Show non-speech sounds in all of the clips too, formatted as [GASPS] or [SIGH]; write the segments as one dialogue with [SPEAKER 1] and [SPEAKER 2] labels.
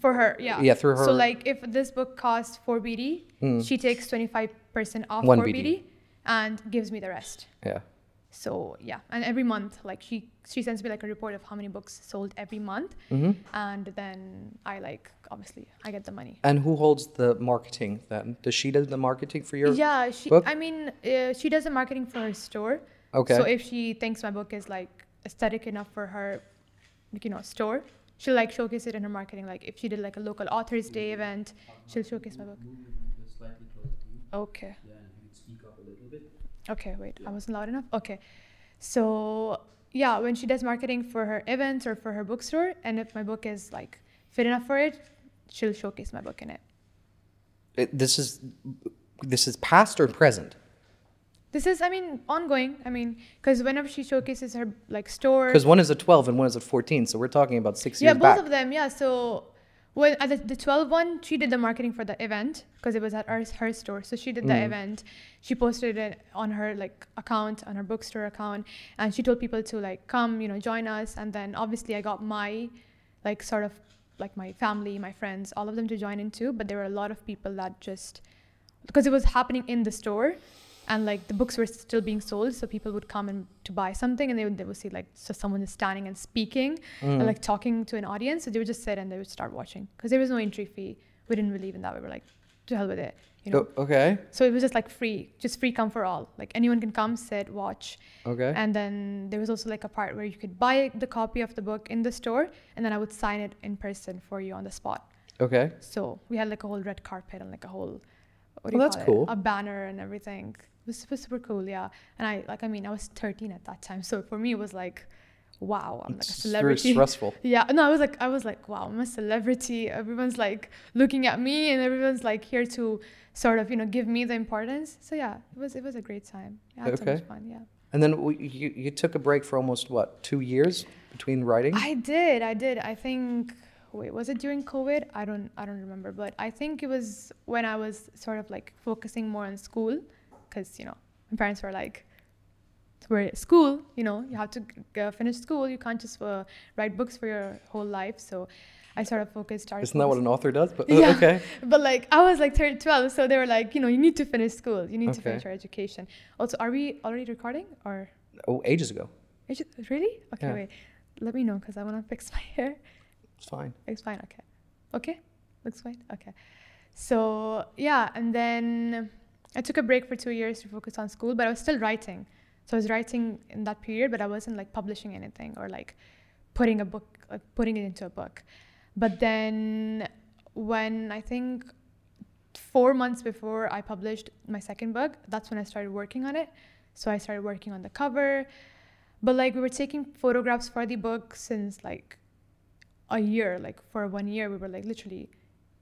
[SPEAKER 1] for her, yeah.
[SPEAKER 2] Yeah, through her- Hmm.
[SPEAKER 1] So like if this book costs 4 BD, she takes 25% off
[SPEAKER 2] One
[SPEAKER 1] 4
[SPEAKER 2] BD.
[SPEAKER 1] BD and gives me the rest.
[SPEAKER 2] Yeah.
[SPEAKER 1] So yeah, and every month, like she she sends me like a report of how many books sold every month,
[SPEAKER 2] Mm-hmm.
[SPEAKER 1] and then I like obviously I get the money.
[SPEAKER 2] And who holds the marketing then? Does she do the marketing for your?
[SPEAKER 1] yeah, she.
[SPEAKER 2] book?
[SPEAKER 1] I mean, uh, she does the marketing for her store.
[SPEAKER 2] Okay.
[SPEAKER 1] So if she thinks my book is like aesthetic enough for her, like, you know, store, she'll like showcase it in her marketing. Like if she did like a local Authors Day event, she'll showcase my book.
[SPEAKER 3] Move your mic just slightly closer to you.
[SPEAKER 1] Okay.
[SPEAKER 3] Yeah, and you can speak up a little bit.
[SPEAKER 1] Okay, wait, I wasn't loud enough. Okay. So, yeah, when she does marketing for her events or for her bookstore, and if my book is like fit enough for it, she'll showcase my book in it.
[SPEAKER 2] It- this is this is past or present?
[SPEAKER 1] This is, I mean, ongoing. I mean, because whenever she showcases her like store,
[SPEAKER 2] Because one is a 12 and one is a 14, so we're talking about six
[SPEAKER 1] yeah,
[SPEAKER 2] years
[SPEAKER 1] both
[SPEAKER 2] back.
[SPEAKER 1] of them, yeah. So, when at the, the 12 one, she did the marketing for the event because it was at her, her store. So she did
[SPEAKER 2] Mm.
[SPEAKER 1] the event. She posted it on her like account, on her bookstore account, and she told people to like come, you know, join us. And then obviously I got my, like sort of, like my family, my friends, all of them to join in too. But there were a lot of people that just, because it was happening in the store. And like the books were still being sold, so people would come and to buy something, and they would they would see like so someone is standing and speaking,
[SPEAKER 2] Mm.
[SPEAKER 1] and like talking to an audience. So they would just sit and they would start watching because there was no entry fee. We didn't believe in that. We were like, to hell with it, you know.
[SPEAKER 2] Oh, okay.
[SPEAKER 1] So it was just like free, just free come for all. Like anyone can come, sit, watch.
[SPEAKER 2] Okay.
[SPEAKER 1] And then there was also like a part where you could buy the copy of the book in the store, and then I would sign it in person for you on the spot.
[SPEAKER 2] okay.
[SPEAKER 1] So we had like a whole red carpet and like a whole, what
[SPEAKER 2] Well,
[SPEAKER 1] do you
[SPEAKER 2] that's
[SPEAKER 1] call
[SPEAKER 2] cool.
[SPEAKER 1] it? A banner and everything. It was super, super cool, yeah. And I like, I mean, I was 13 at that time, so for me it was like, wow, I'm like a
[SPEAKER 2] It's
[SPEAKER 1] celebrity.
[SPEAKER 2] Very stressful.
[SPEAKER 1] [LAUGHS] Yeah, no, I was like, I was like, wow, I'm a celebrity. Everyone's like looking at me, and everyone's like here to sort of, you know, give me the importance. So yeah, it was it was a great time. I had so
[SPEAKER 2] Okay.
[SPEAKER 1] much fun. Yeah,
[SPEAKER 2] And then we, you, you took a break for almost what two years between writing.
[SPEAKER 1] I did, I did. I think wait, was it during COVID? I don't, I don't remember, but I think it was when I was sort of like focusing more on school, because you know, my parents were like, we're at school, you know, you have to g- uh, finish school. You can't just uh, write books for your whole life. So. I sort of focused. started
[SPEAKER 2] Isn't that what
[SPEAKER 1] focusing-
[SPEAKER 2] an author does? But
[SPEAKER 1] Yeah.
[SPEAKER 2] okay.
[SPEAKER 1] But like I was like 13, 12, so they were like, you know, you need to finish school, you need to
[SPEAKER 2] Okay.
[SPEAKER 1] finish your education. Also, are we already recording or
[SPEAKER 2] Oh, ages ago.
[SPEAKER 1] is it really? Okay,
[SPEAKER 2] Yeah.
[SPEAKER 1] wait. Let me know because I want to fix [LAUGHS] my hair.
[SPEAKER 2] It's fine.
[SPEAKER 1] It's fine. Okay. Okay. Looks fine. Okay. So yeah, and then I took a break for two years to focus on school, but I was still writing. So I was writing in that period, but I wasn't like publishing anything or like putting a book, like putting it into a book. But then when I think four months before I published my second book, that's when I started working on it. So I started working on the cover. But like we were taking photographs for the book since like a year, like for one year, we were like literally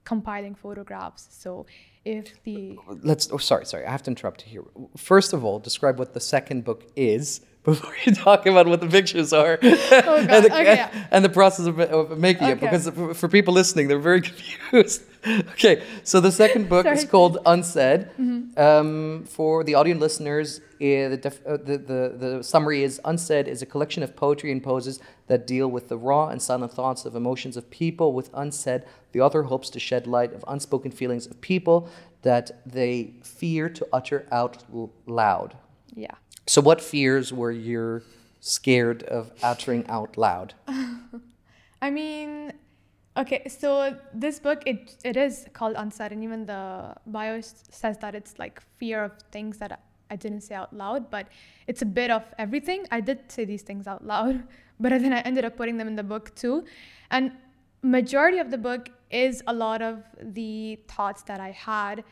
[SPEAKER 1] compiling photographs. So if the
[SPEAKER 2] Let's. Oh, sorry, sorry. I have to interrupt you here. First of all, describe what the second book is [LAUGHS] before you talk about what the pictures are
[SPEAKER 1] Oh, God,
[SPEAKER 2] [LAUGHS]
[SPEAKER 1] [LAUGHS]
[SPEAKER 2] and, the,
[SPEAKER 1] okay, yeah.
[SPEAKER 2] and the process of, of making it.
[SPEAKER 1] Okay.
[SPEAKER 2] Because for, for people listening, they're very [LAUGHS] confused. okay, so the second book is
[SPEAKER 1] Sorry. Mm-hmm.
[SPEAKER 2] called Unsaid. Um, for the audio listeners, eh, the, def- uh, the, the, the summary is Unsaid is a collection of poetry and poses that deal with the raw and silent thoughts of emotions of people. With Unsaid, the author hopes to shed light of unspoken feelings of people that they fear to utter out l- loud.
[SPEAKER 1] yeah,
[SPEAKER 2] So, what fears were you scared of uttering out loud?
[SPEAKER 1] I mean, okay. So this book it it is called Unsaid, and even the bio s- says that it's like fear of things that I- I didn't say out loud, but it's a bit of everything. I did say these things out loud, [LAUGHS] but then I ended up putting them in the book too, and majority of the book is a lot of the thoughts that I had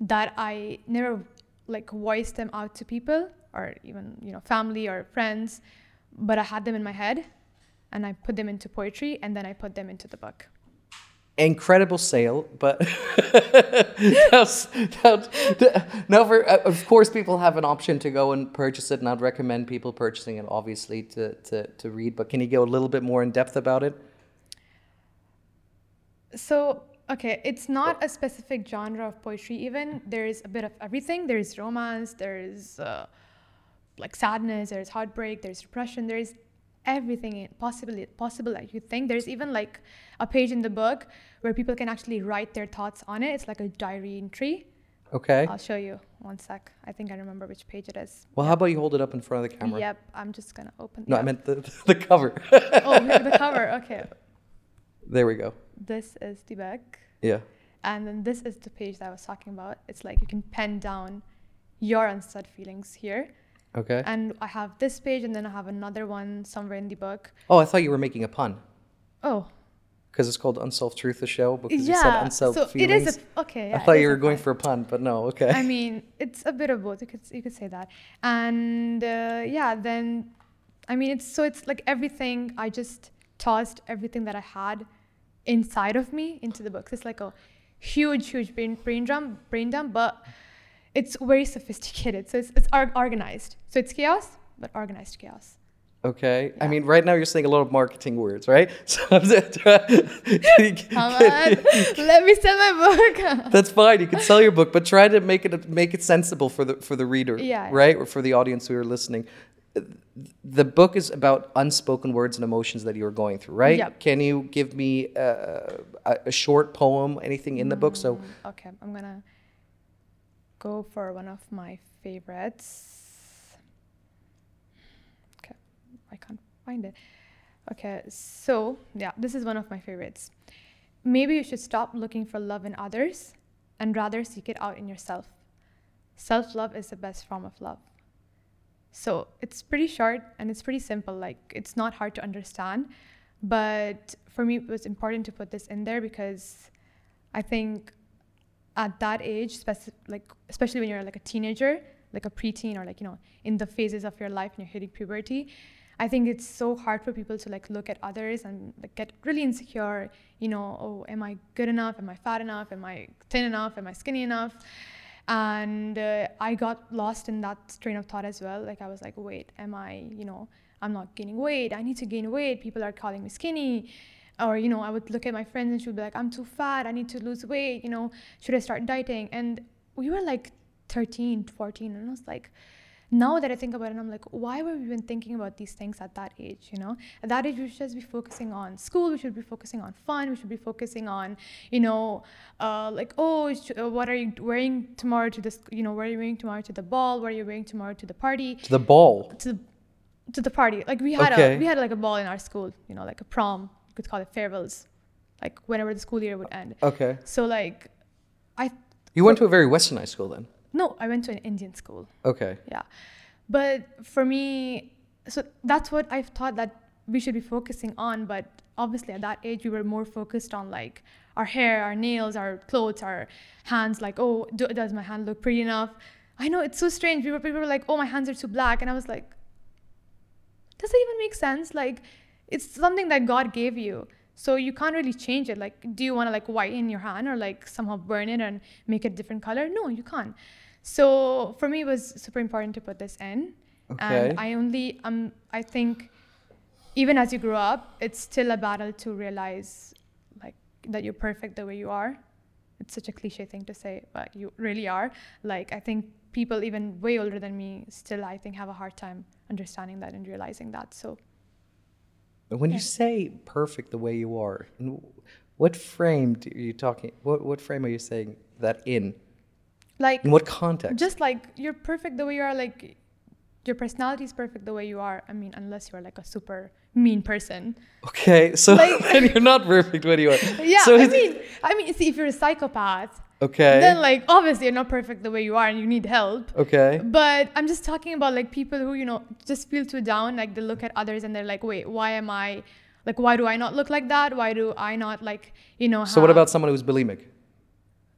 [SPEAKER 1] that I never like voiced them out to people or even you know family or friends, but I had them in my head and I put them into poetry and then I put them into the book.
[SPEAKER 2] incredible sale, but [LAUGHS] that's, that, now for, uh, of course people have an option to go and purchase it, and I'd recommend people purchasing it obviously to, to, to read. But can you go a little bit more in depth about it?
[SPEAKER 1] So, okay, it's not a specific genre of poetry, even. There's a bit of everything. There's romance, there's uh, like sadness, there's heartbreak, there's depression, there's everything in- possibly possible that you think. There's even like a page in the book where people can actually write their thoughts on it. It's like a diary entry.
[SPEAKER 2] Okay.
[SPEAKER 1] I'll show you one sec. I think I remember which page it is.
[SPEAKER 2] Well, how about you hold it up in front of the camera?
[SPEAKER 1] Yep, I'm just gonna open.
[SPEAKER 2] No, I
[SPEAKER 1] yep.
[SPEAKER 2] meant the, [LAUGHS] the cover.
[SPEAKER 1] [LAUGHS] oh, the cover.
[SPEAKER 2] [LAUGHS]
[SPEAKER 1] Okay,
[SPEAKER 2] there we go.
[SPEAKER 1] this is the back.
[SPEAKER 2] Yeah.
[SPEAKER 1] And then this is the page that I was talking about. It's like you can pen down your unsaid feelings here.
[SPEAKER 2] Okay.
[SPEAKER 1] And I have this page, and then I have another one somewhere in the book.
[SPEAKER 2] Oh, I thought you were making a pun
[SPEAKER 1] Oh,
[SPEAKER 2] because it's called Unsolved Truth, the show, because you said
[SPEAKER 1] yeah.
[SPEAKER 2] unsolved
[SPEAKER 1] so
[SPEAKER 2] feelings.
[SPEAKER 1] it is a, okay.
[SPEAKER 2] I
[SPEAKER 1] yeah,
[SPEAKER 2] thought
[SPEAKER 1] it
[SPEAKER 2] you
[SPEAKER 1] is
[SPEAKER 2] were
[SPEAKER 1] a
[SPEAKER 2] going
[SPEAKER 1] pun.
[SPEAKER 2] for a pun, but no, okay.
[SPEAKER 1] I mean, it's a bit of both. You could you could say that. And uh, yeah, then I mean, it's so it's like everything. I just tossed everything that I had inside of me into the books. It's like a huge, huge brain brain dump, brain dump, but it's very sophisticated. So it's it's or- organized. So it's chaos, but organized chaos.
[SPEAKER 2] Okay. I
[SPEAKER 1] Yeah.
[SPEAKER 2] mean, right now you're saying a lot of marketing words, right? [LAUGHS] So I'm just
[SPEAKER 1] [LAUGHS] Come on, [LAUGHS] let me sell my book.
[SPEAKER 2] [LAUGHS] That's fine. You can sell your book, but try to make it make it sensible for the for the reader,
[SPEAKER 1] Yeah.
[SPEAKER 2] right, or for the audience who are listening. Uh, The book is about unspoken words and emotions that you are going through, right?
[SPEAKER 1] Yep.
[SPEAKER 2] Can you give me uh, a, a short poem, anything in the book? So
[SPEAKER 1] Um, okay, I'm gonna go for one of my favorites. Okay, I can't find it. Okay, so yeah, this is one of my favorites. Maybe you should stop looking for love in others and rather seek it out in yourself. Self love is the best form of love. So it's pretty short and it's pretty simple. Like it's not hard to understand. But for me, it was important to put this in there because I think at that age, speci- like especially when you're like a teenager, like a preteen, or like you know in the phases of your life and you're hitting puberty, I think it's so hard for people to like look at others and like get really insecure. You know, oh, am I good enough? Am I fat enough? Am I thin enough? Am I skinny enough? And uh, I got lost in that train of thought as well. Like I was like, wait, am I? You know, I'm not gaining weight. I need to gain weight. People are calling me skinny or you know i would look at my friends and she would be like i'm too fat i need to lose weight you know should i start dieting and we were like 13 14 and i was like now that i think about it i'm like why were we even thinking about these things at that age you know at that age we should just be focusing on school we should be focusing on fun we should be focusing on you know uh, like oh sh- uh, what are you wearing tomorrow to this you know what are you wearing tomorrow to the ball what are you wearing tomorrow to the party
[SPEAKER 2] to the ball.
[SPEAKER 1] to the, to the party. Like we had
[SPEAKER 2] Okay.
[SPEAKER 1] a we had like a ball in our school, you know, like a prom. You could call it farewells, like whenever the school year would end.
[SPEAKER 2] Okay.
[SPEAKER 1] So like, I
[SPEAKER 2] You went to a very westernized school then.
[SPEAKER 1] no, I went to an Indian school.
[SPEAKER 2] Okay.
[SPEAKER 1] Yeah, but for me, so that's what I've thought that we should be focusing on. But obviously, at that age, we were more focused on like our hair, our nails, our clothes, our hands. Like, oh, do, does my hand look pretty enough? I know it's so strange. People, people were like, oh, my hands are too black, and I was like, does it even make sense? Like, it's something that God gave you. So you can't really change it. Like, do you want to like whiten your hand or like somehow burn it and make it a different color? No, you can't. So for me, it was super important to put this in.
[SPEAKER 2] Okay.
[SPEAKER 1] And I only um I think even as you grow up, it's still a battle to realize like that you're perfect the way you are. It's such a cliche thing to say, but you really are. Like I think people even way older than me still I think have a hard time understanding that and realizing that. So
[SPEAKER 2] And When you say perfect the way you are, in what frame do- are you talking? What what frame are you saying that in?
[SPEAKER 1] like
[SPEAKER 2] In what context?
[SPEAKER 1] just like you're perfect the way you are like your personality is perfect the way you are. I mean, unless you're like a super mean person.
[SPEAKER 2] okay, so
[SPEAKER 1] like-
[SPEAKER 2] [LAUGHS] then you're not perfect when you are.
[SPEAKER 1] Yeah,
[SPEAKER 2] So
[SPEAKER 1] I
[SPEAKER 2] it's-
[SPEAKER 1] mean, I mean, see, if you're a psychopath,
[SPEAKER 2] okay.
[SPEAKER 1] then like obviously you're not perfect the way you are and you need help
[SPEAKER 2] okay.
[SPEAKER 1] but i'm just talking about like people who you know just feel too down like they look at others and they're like wait why am i like why do i not look like that why do i not like you know
[SPEAKER 2] So what
[SPEAKER 1] have-
[SPEAKER 2] about someone who's bulimic?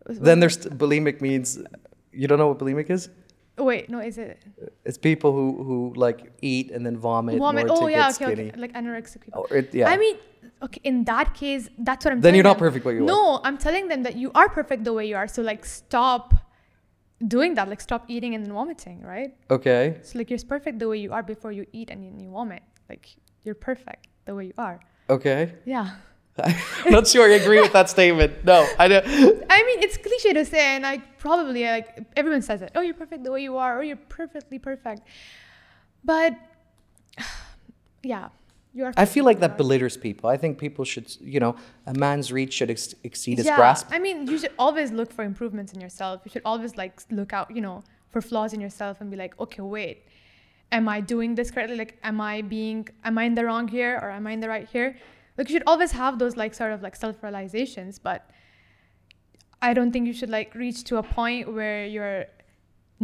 [SPEAKER 2] Then there's bulimic means you don't know what bulimic is.
[SPEAKER 1] wait no is it
[SPEAKER 2] It's people who who like eat and then vomit,
[SPEAKER 1] vomit
[SPEAKER 2] in order
[SPEAKER 1] oh
[SPEAKER 2] to
[SPEAKER 1] yeah
[SPEAKER 2] get
[SPEAKER 1] okay,
[SPEAKER 2] skinny.
[SPEAKER 1] okay like anorexic people
[SPEAKER 2] Or it, yeah.
[SPEAKER 1] I mean, okay, in that case, that's what I'm
[SPEAKER 2] Then
[SPEAKER 1] telling
[SPEAKER 2] you're not
[SPEAKER 1] them.
[SPEAKER 2] perfect where you are.
[SPEAKER 1] No, I'm telling them that you are perfect the way you are. So, like, stop doing that. Like, stop eating and vomiting, right?
[SPEAKER 2] okay.
[SPEAKER 1] So, like, you're perfect the way you are before you eat and then you vomit. Like, you're perfect the way you are. [LAUGHS]
[SPEAKER 2] Okay.
[SPEAKER 1] Yeah.
[SPEAKER 2] I'm not sure I agree with that statement. No, I don't.
[SPEAKER 1] I mean, it's cliche to say, and I probably, like, everyone says it. Oh, you're perfect the way you are, or you're perfectly perfect. But, [SIGHS] yeah. You are
[SPEAKER 2] I feel like that
[SPEAKER 1] fifty dollars.
[SPEAKER 2] belittles people. I think people should, you know, a man's reach should ex- exceed his
[SPEAKER 1] yeah,
[SPEAKER 2] grasp.
[SPEAKER 1] I mean, you should always look for improvements in yourself. You should always like look out, you know, for flaws in yourself and be like, okay, wait, am I doing this correctly? Like, am I being, am I in the wrong here or am I in the right here? Like, you should always have those like sort of like self realizations, but I don't think you should like reach to a point where you're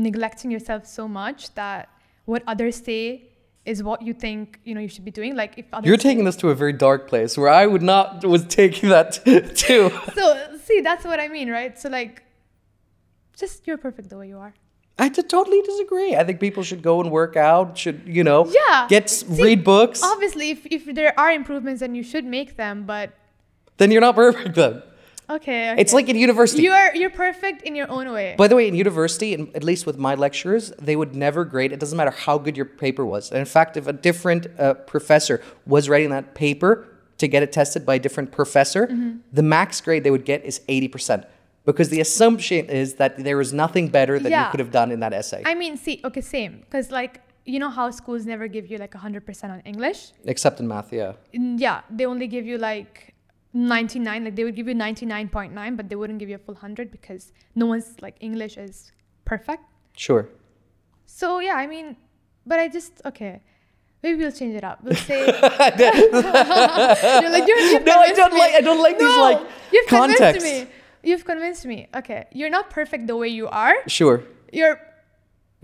[SPEAKER 1] neglecting yourself so much that what others say is what you think you know you should be doing. Like, if others
[SPEAKER 2] You're taking this to a very dark place where I would not was taking that [LAUGHS] too.
[SPEAKER 1] so see that's what i mean right so like just you're perfect the way you are
[SPEAKER 2] I t- totally disagree. I think people should go and work out. Should you know?
[SPEAKER 1] Yeah.
[SPEAKER 2] Get s
[SPEAKER 1] See,
[SPEAKER 2] read books.
[SPEAKER 1] obviously if, if there are improvements then you should make them but
[SPEAKER 2] then you're not perfect. Then
[SPEAKER 1] okay, okay.
[SPEAKER 2] it's like in university.
[SPEAKER 1] you're you're perfect in your own way
[SPEAKER 2] By the way, in university, in, at least with my lecturers, they would never grade. It doesn't matter how good your paper was. And in fact, if a different uh, professor was writing that paper to get it tested by a different professor,
[SPEAKER 1] Mm-hmm.
[SPEAKER 2] the max grade they would get is 80%. Because the assumption is that there is nothing better that you
[SPEAKER 1] Yeah.
[SPEAKER 2] could have done in that essay,
[SPEAKER 1] i mean see okay same because like you know how schools never give you like 100% on english
[SPEAKER 2] except in math, yeah.
[SPEAKER 1] Mm, yeah they only give you like 99 like they would give you 99.9 but they wouldn't give you a full 100 because no one's like english is perfect
[SPEAKER 2] Sure. [LAUGHS]
[SPEAKER 1] so yeah i mean but i just okay maybe we'll change it up we'll say
[SPEAKER 2] [LAUGHS]
[SPEAKER 1] You're like, you're, you've
[SPEAKER 2] No, I
[SPEAKER 1] convinced
[SPEAKER 2] don't
[SPEAKER 1] me.
[SPEAKER 2] like. I don't like these
[SPEAKER 1] No,
[SPEAKER 2] like
[SPEAKER 1] you've
[SPEAKER 2] context.
[SPEAKER 1] Convinced me. You've convinced me. Okay, you're not perfect the way you are.
[SPEAKER 2] Sure,
[SPEAKER 1] You're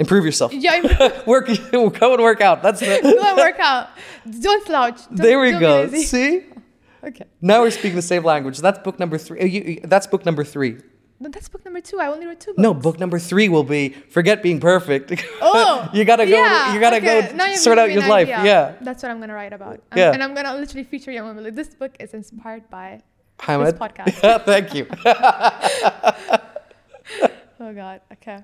[SPEAKER 2] improve yourself.
[SPEAKER 1] yeah. you
[SPEAKER 2] [LAUGHS] work. Go and work out. That's
[SPEAKER 1] [LAUGHS]
[SPEAKER 2] the. [LAUGHS]
[SPEAKER 1] Go and work out. Don't slouch. Don't-
[SPEAKER 2] there we
[SPEAKER 1] don't be
[SPEAKER 2] go.
[SPEAKER 1] lazy.
[SPEAKER 2] See,
[SPEAKER 1] Okay.
[SPEAKER 2] now we're speaking the same language. That's book number three. Uh, you- you- that's book number three.
[SPEAKER 1] No, that's book number two. I only read two. Books.
[SPEAKER 2] No, book number three will be forget being perfect.
[SPEAKER 1] Oh,
[SPEAKER 2] [LAUGHS] you gotta go.
[SPEAKER 1] yeah,
[SPEAKER 2] you gotta
[SPEAKER 1] okay. Now
[SPEAKER 2] go
[SPEAKER 1] you've
[SPEAKER 2] sort
[SPEAKER 1] given
[SPEAKER 2] out
[SPEAKER 1] me
[SPEAKER 2] your
[SPEAKER 1] an
[SPEAKER 2] life.
[SPEAKER 1] idea.
[SPEAKER 2] Yeah,
[SPEAKER 1] that's what I'm gonna write about. I'm-
[SPEAKER 2] Yeah.
[SPEAKER 1] and I'm gonna literally feature you. I'm gonna be like, this book is inspired by.
[SPEAKER 2] Hamid.
[SPEAKER 1] podcast.
[SPEAKER 2] [LAUGHS] Yeah, Thank you.
[SPEAKER 1] Oh God. Okay.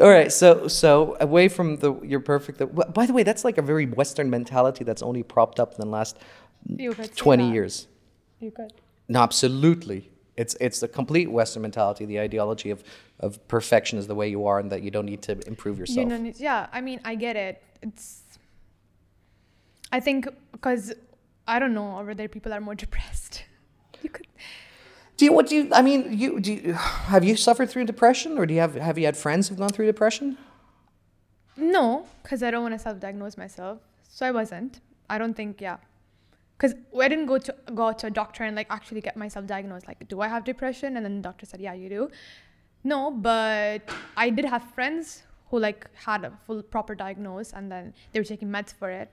[SPEAKER 2] All right. So so away from the you're perfect. The, by the way, that's like a very Western mentality that's only propped up in the last
[SPEAKER 1] You could say
[SPEAKER 2] twenty
[SPEAKER 1] that.
[SPEAKER 2] years.
[SPEAKER 1] You could.
[SPEAKER 2] No, absolutely. It's it's the complete Western mentality, the ideology of of perfection is the way you are, and that you don't need to improve yourself.
[SPEAKER 1] You know, yeah, I mean, I get it. It's, I think, because I don't know, over there people are more [LAUGHS] depressed. You could,
[SPEAKER 2] do you what do you? I mean, you do. You, have you suffered through depression, or do you have have you had friends who've gone through depression?
[SPEAKER 1] no, because I don't want to self-diagnose myself, so I wasn't. I don't think, yeah, because I didn't go to go out to a doctor and like actually get myself diagnosed. Like, do I have depression? And then the doctor said, yeah, you do. No, but I did have friends who like had a full proper diagnose, and then they were taking meds for it.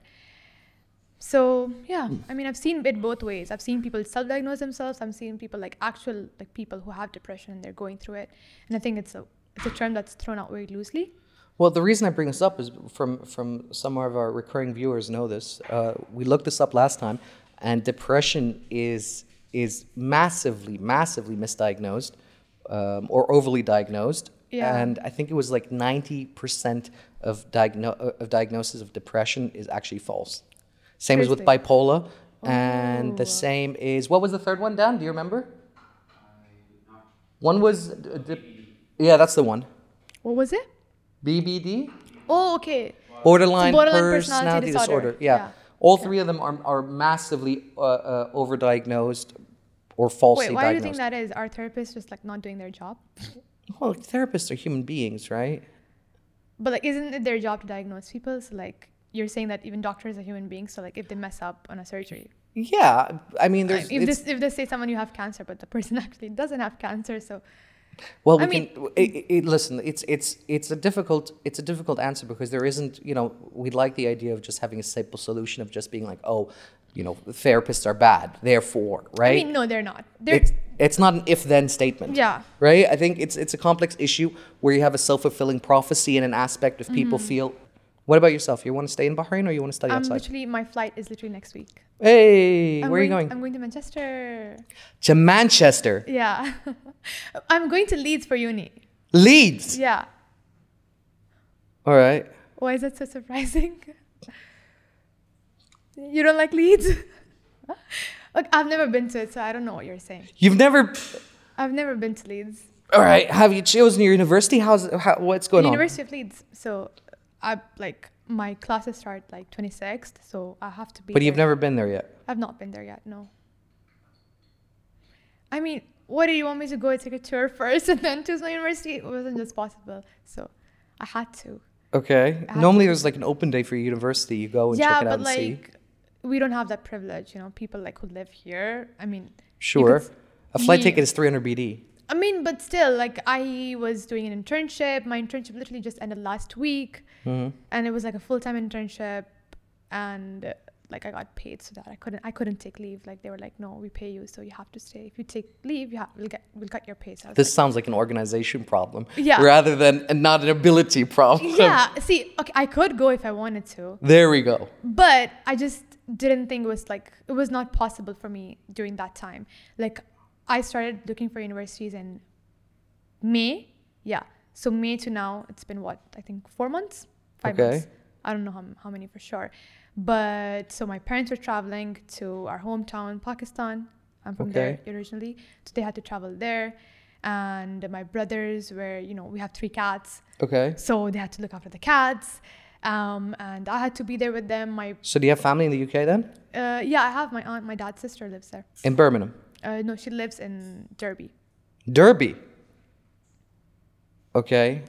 [SPEAKER 1] So yeah, I mean, I've seen it both ways. I've seen people self-diagnose themselves. I've seen people like actual like people who have depression and they're going through it. And I think it's a it's a term that's thrown out very loosely.
[SPEAKER 2] Well, the reason I bring this up is from from some of our recurring viewers know this. Uh, we looked this up last time, and depression is is massively, massively misdiagnosed um, or overly diagnosed.
[SPEAKER 1] Yeah.
[SPEAKER 2] And I think it was like ninety percent of diagno- uh, of diagnosis of depression is actually false. Same as with
[SPEAKER 1] Seriously?
[SPEAKER 2] bipolar, and the same is what was the third one? Dan, do you remember? One was, uh, de- yeah, that's the one.
[SPEAKER 1] What was it?
[SPEAKER 2] BBD
[SPEAKER 1] Oh, okay.
[SPEAKER 2] borderline,
[SPEAKER 1] It's borderline
[SPEAKER 2] personality,
[SPEAKER 1] personality
[SPEAKER 2] disorder.
[SPEAKER 1] disorder.
[SPEAKER 2] Yeah.
[SPEAKER 1] Yeah.
[SPEAKER 2] All three of them are, are massively uh, uh, overdiagnosed or falsely
[SPEAKER 1] Wait, why do you think
[SPEAKER 2] diagnosed.
[SPEAKER 1] that is? Are therapists just like not doing their job?
[SPEAKER 2] Well, therapists are human beings, right?
[SPEAKER 1] But like, isn't it their job to diagnose people? So like, you're saying that even doctors are human beings. So like, if they mess up on a surgery,
[SPEAKER 2] Yeah. I mean,
[SPEAKER 1] I-
[SPEAKER 2] there's.
[SPEAKER 1] if
[SPEAKER 2] it's-
[SPEAKER 1] this if they say someone you have cancer, but the person [LAUGHS] actually doesn't have cancer, so
[SPEAKER 2] well, we
[SPEAKER 1] I mean-
[SPEAKER 2] can. It, it- it, listen, it's it's it's a difficult it's a difficult answer because there isn't. You know, we like the idea of just having a simple solution of just being like, oh, you know, therapists are bad, therefore, right?
[SPEAKER 1] I mean, no, they're not. They're
[SPEAKER 2] it's it's not an if then statement.
[SPEAKER 1] Yeah.
[SPEAKER 2] Right? I think it's it's a complex issue where you have a self-fulfilling prophecy and an aspect of people
[SPEAKER 1] Mm-hmm.
[SPEAKER 2] feel what about yourself? You want to stay in Bahrain or you want to study
[SPEAKER 1] I'm
[SPEAKER 2] outside?
[SPEAKER 1] literally my flight is literally next week.
[SPEAKER 2] Hey,
[SPEAKER 1] I'm
[SPEAKER 2] where are you going?
[SPEAKER 1] I'm going to Manchester.
[SPEAKER 2] to Manchester,
[SPEAKER 1] Yeah. [LAUGHS] I'm going to Leeds for uni.
[SPEAKER 2] Leeds.
[SPEAKER 1] Yeah.
[SPEAKER 2] All right.
[SPEAKER 1] Why is that so surprising? you don't like
[SPEAKER 2] [LAUGHS]
[SPEAKER 1] Leeds? Look, I've never been to it, so I don't know what you're saying.
[SPEAKER 2] You've never
[SPEAKER 1] I've never been to Leeds.
[SPEAKER 2] All right. Have you chosen your university? How's how, what's going
[SPEAKER 1] University of Leeds. So I like my classes start like 26th, so I have to be.
[SPEAKER 2] But you've
[SPEAKER 1] there.
[SPEAKER 2] never been there yet.
[SPEAKER 1] I've not been there yet. No. I mean, what do you want me to go take a tour first and then choose my university? It wasn't just possible, so I had to.
[SPEAKER 2] Okay.
[SPEAKER 1] I have
[SPEAKER 2] Normally
[SPEAKER 1] to-
[SPEAKER 2] there's like an open day for your university. You go and
[SPEAKER 1] yeah,
[SPEAKER 2] check it out
[SPEAKER 1] but
[SPEAKER 2] and see.
[SPEAKER 1] like, we don't have that privilege, you know. People like who live here. I mean,
[SPEAKER 2] Sure.
[SPEAKER 1] could
[SPEAKER 2] A flight
[SPEAKER 1] be-
[SPEAKER 2] ticket is 300 BD.
[SPEAKER 1] I mean, but still, like I was doing an internship. My internship literally just ended last week,
[SPEAKER 2] Mhm.
[SPEAKER 1] and it was like a full time internship, and uh, like I got paid so that I couldn't I couldn't take leave. Like they were like, no, we pay you, so you have to stay. If you take leave, you have, we'll get we'll cut your pay. So I was
[SPEAKER 2] This sounds like an organization problem
[SPEAKER 1] Yeah.
[SPEAKER 2] [LAUGHS] rather than and not an ability problem.
[SPEAKER 1] like, yeah. See, okay, I could go if I wanted to,
[SPEAKER 2] [LAUGHS] There we go.
[SPEAKER 1] but I just didn't think it was like it was not possible for me during that time. Like I started looking for universities in May. Yeah. So May to now, it's been what I think four months, five
[SPEAKER 2] Okay.
[SPEAKER 1] months. I don't know how, how many for sure. But so my parents were traveling to our hometown, Pakistan. I'm from there originally, so they had to travel there. And my brothers were, you know, we have three cats,
[SPEAKER 2] Okay.
[SPEAKER 1] so they had to look after the cats. Um, and I had to be there with them. My
[SPEAKER 2] So do you have family in the UK then?
[SPEAKER 1] uh, yeah, I have my aunt. My dad's sister lives there.
[SPEAKER 2] In Birmingham.
[SPEAKER 1] Uh, no, she lives in Derby. [LAUGHS]
[SPEAKER 2] Derby. Okay.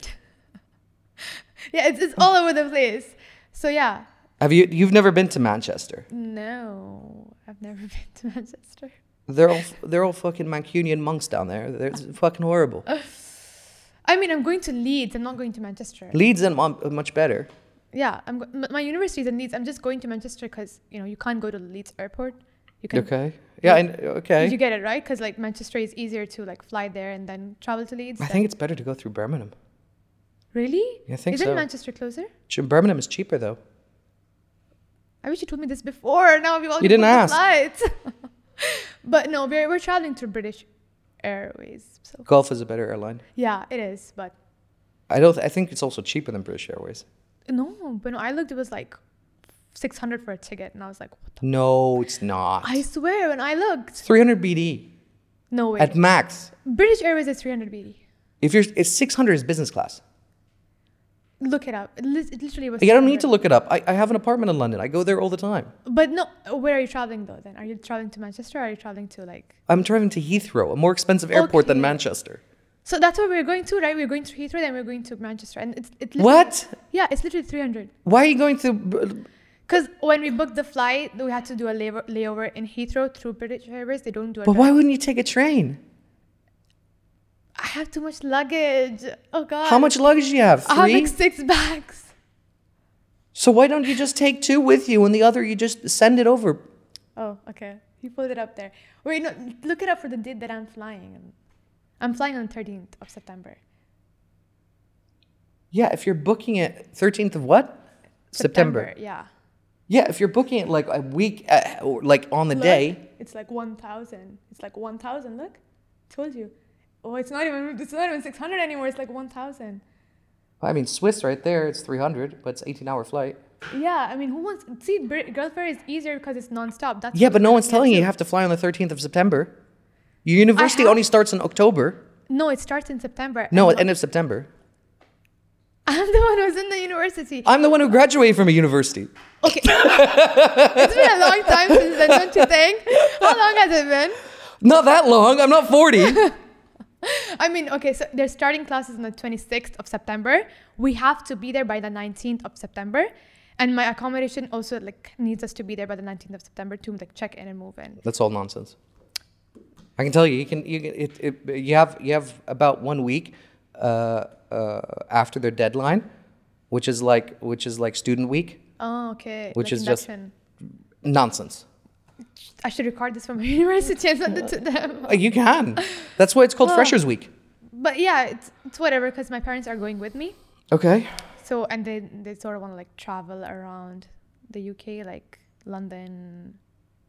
[SPEAKER 1] Yeah, it's, it's all over the place. So yeah,
[SPEAKER 2] Have you you've never been to Manchester?
[SPEAKER 1] no, I've never [LAUGHS] been to Manchester.
[SPEAKER 2] They're all they're all fucking Mancunian monks down there. They're it's fucking horrible.
[SPEAKER 1] I mean, I'm going to Leeds. I'm not going to Manchester.
[SPEAKER 2] Leeds and Mon- much better.
[SPEAKER 1] Yeah, I'm. Go- m- my university is in Leeds. I'm just going to Manchester because you know you can't go to Leeds airport. You can.
[SPEAKER 2] Okay. Yeah. I, kn-
[SPEAKER 1] Did you
[SPEAKER 2] okay.
[SPEAKER 1] get it right? Because like Manchester is easier to like fly there and then travel to Leeds.
[SPEAKER 2] I
[SPEAKER 1] than-
[SPEAKER 2] think it's better to go through Birmingham.
[SPEAKER 1] really.
[SPEAKER 2] I think
[SPEAKER 1] Isn't
[SPEAKER 2] so.
[SPEAKER 1] Manchester closer?
[SPEAKER 2] Ch- Birmingham is cheaper though.
[SPEAKER 1] I wish you told me this before. Now we all
[SPEAKER 2] You didn't ask.
[SPEAKER 1] Flights. [LAUGHS] but no, we're we're traveling through British Airways. So
[SPEAKER 2] Gulf is a better airline.
[SPEAKER 1] yeah, it is. But
[SPEAKER 2] I don't. I think it's also cheaper than British Airways.
[SPEAKER 1] no, but no, I looked. It was like six hundred for a ticket, and I was like, what the?
[SPEAKER 2] No, it's not.
[SPEAKER 1] I swear, when I looked,
[SPEAKER 2] 300 BD
[SPEAKER 1] no way.
[SPEAKER 2] at max.
[SPEAKER 1] British Airways is three hundred BD.
[SPEAKER 2] If you're, it's 600 is business class.
[SPEAKER 1] Look it up. It lit- it literally was.
[SPEAKER 2] Like, I don't need to
[SPEAKER 1] 600.
[SPEAKER 2] look it up. I, I have an apartment in London. I go there all the time.
[SPEAKER 1] But no, where are you traveling though? Then are you traveling to Manchester? Or are you traveling to like?
[SPEAKER 2] I'm driving to Heathrow, a more expensive airport than
[SPEAKER 1] Okay.
[SPEAKER 2] Manchester.
[SPEAKER 1] So that's where we're going to, right? We're going to Heathrow, then we're going to Manchester, and it's it. literally-
[SPEAKER 2] What?
[SPEAKER 1] Yeah, it's literally three hundred.
[SPEAKER 2] Why are you going to?
[SPEAKER 1] Because when we booked the flight, we had to do a layover, layover in Heathrow through British Airways. They don't do it.
[SPEAKER 2] But why wouldn't you take a train?
[SPEAKER 1] I have too much luggage. Oh God.
[SPEAKER 2] How much luggage do you have?
[SPEAKER 1] I have
[SPEAKER 2] Three.
[SPEAKER 1] like six bags.
[SPEAKER 2] So why don't you just take two with you, and the other you just send it over?
[SPEAKER 1] Oh, okay. You pulled it up there. Wait, no. Look it up for the date that I'm flying. I'm flying on the 13th of September.
[SPEAKER 2] Yeah, if you're booking it 13th of what?
[SPEAKER 1] Yeah.
[SPEAKER 2] Yeah, if you're booking it like a week, uh, or like on the
[SPEAKER 1] Look,
[SPEAKER 2] day.
[SPEAKER 1] It's like 1,000. It's like 1,000. Look, told you. Oh, it's not even. It's not even 600 anymore. It's like 1,000.
[SPEAKER 2] I mean, Swiss right there, it's 300, but it's 18 hour flight.
[SPEAKER 1] Yeah, I mean, who wants? See, Brit- Girls' Fair is easier because it's non-stop. That's
[SPEAKER 2] Yeah,
[SPEAKER 1] what
[SPEAKER 2] but no
[SPEAKER 1] I'm
[SPEAKER 2] one's
[SPEAKER 1] here
[SPEAKER 2] telling you
[SPEAKER 1] to-
[SPEAKER 2] you have to fly on the 13th of September. Your university
[SPEAKER 1] have-
[SPEAKER 2] only starts in October.
[SPEAKER 1] No, it starts in September.
[SPEAKER 2] No,
[SPEAKER 1] I'm,
[SPEAKER 2] end of September.
[SPEAKER 1] [LAUGHS] I'm the one who's in the university.
[SPEAKER 2] I'm the one who graduated from a university.
[SPEAKER 1] Okay. it's been a long time since then, don't you think? How long has it been?
[SPEAKER 2] Not that long. I'm not 40.
[SPEAKER 1] I mean, okay, so they're starting classes on the 26th of September. We have to be there by the 19th of September. And my accommodation also like needs us to be there by the 19th of September to like check in and move in.
[SPEAKER 2] That's all nonsense. I can tell you, you can, you can, it, it, you have, you have about one week uh, uh, after their deadline, which is like, which is like student week.
[SPEAKER 1] Oh, okay.
[SPEAKER 2] Which
[SPEAKER 1] like
[SPEAKER 2] is just-
[SPEAKER 1] induction.
[SPEAKER 2] Nonsense.
[SPEAKER 1] I should record this from my [LAUGHS] university and send it to them.
[SPEAKER 2] Uh, You can. That's why it's called
[SPEAKER 1] Oh.
[SPEAKER 2] Freshers Week.
[SPEAKER 1] But yeah, it's, it's whatever because my parents are going with me.
[SPEAKER 2] Okay.
[SPEAKER 1] So and they they sort of want to like travel around the UK, like London,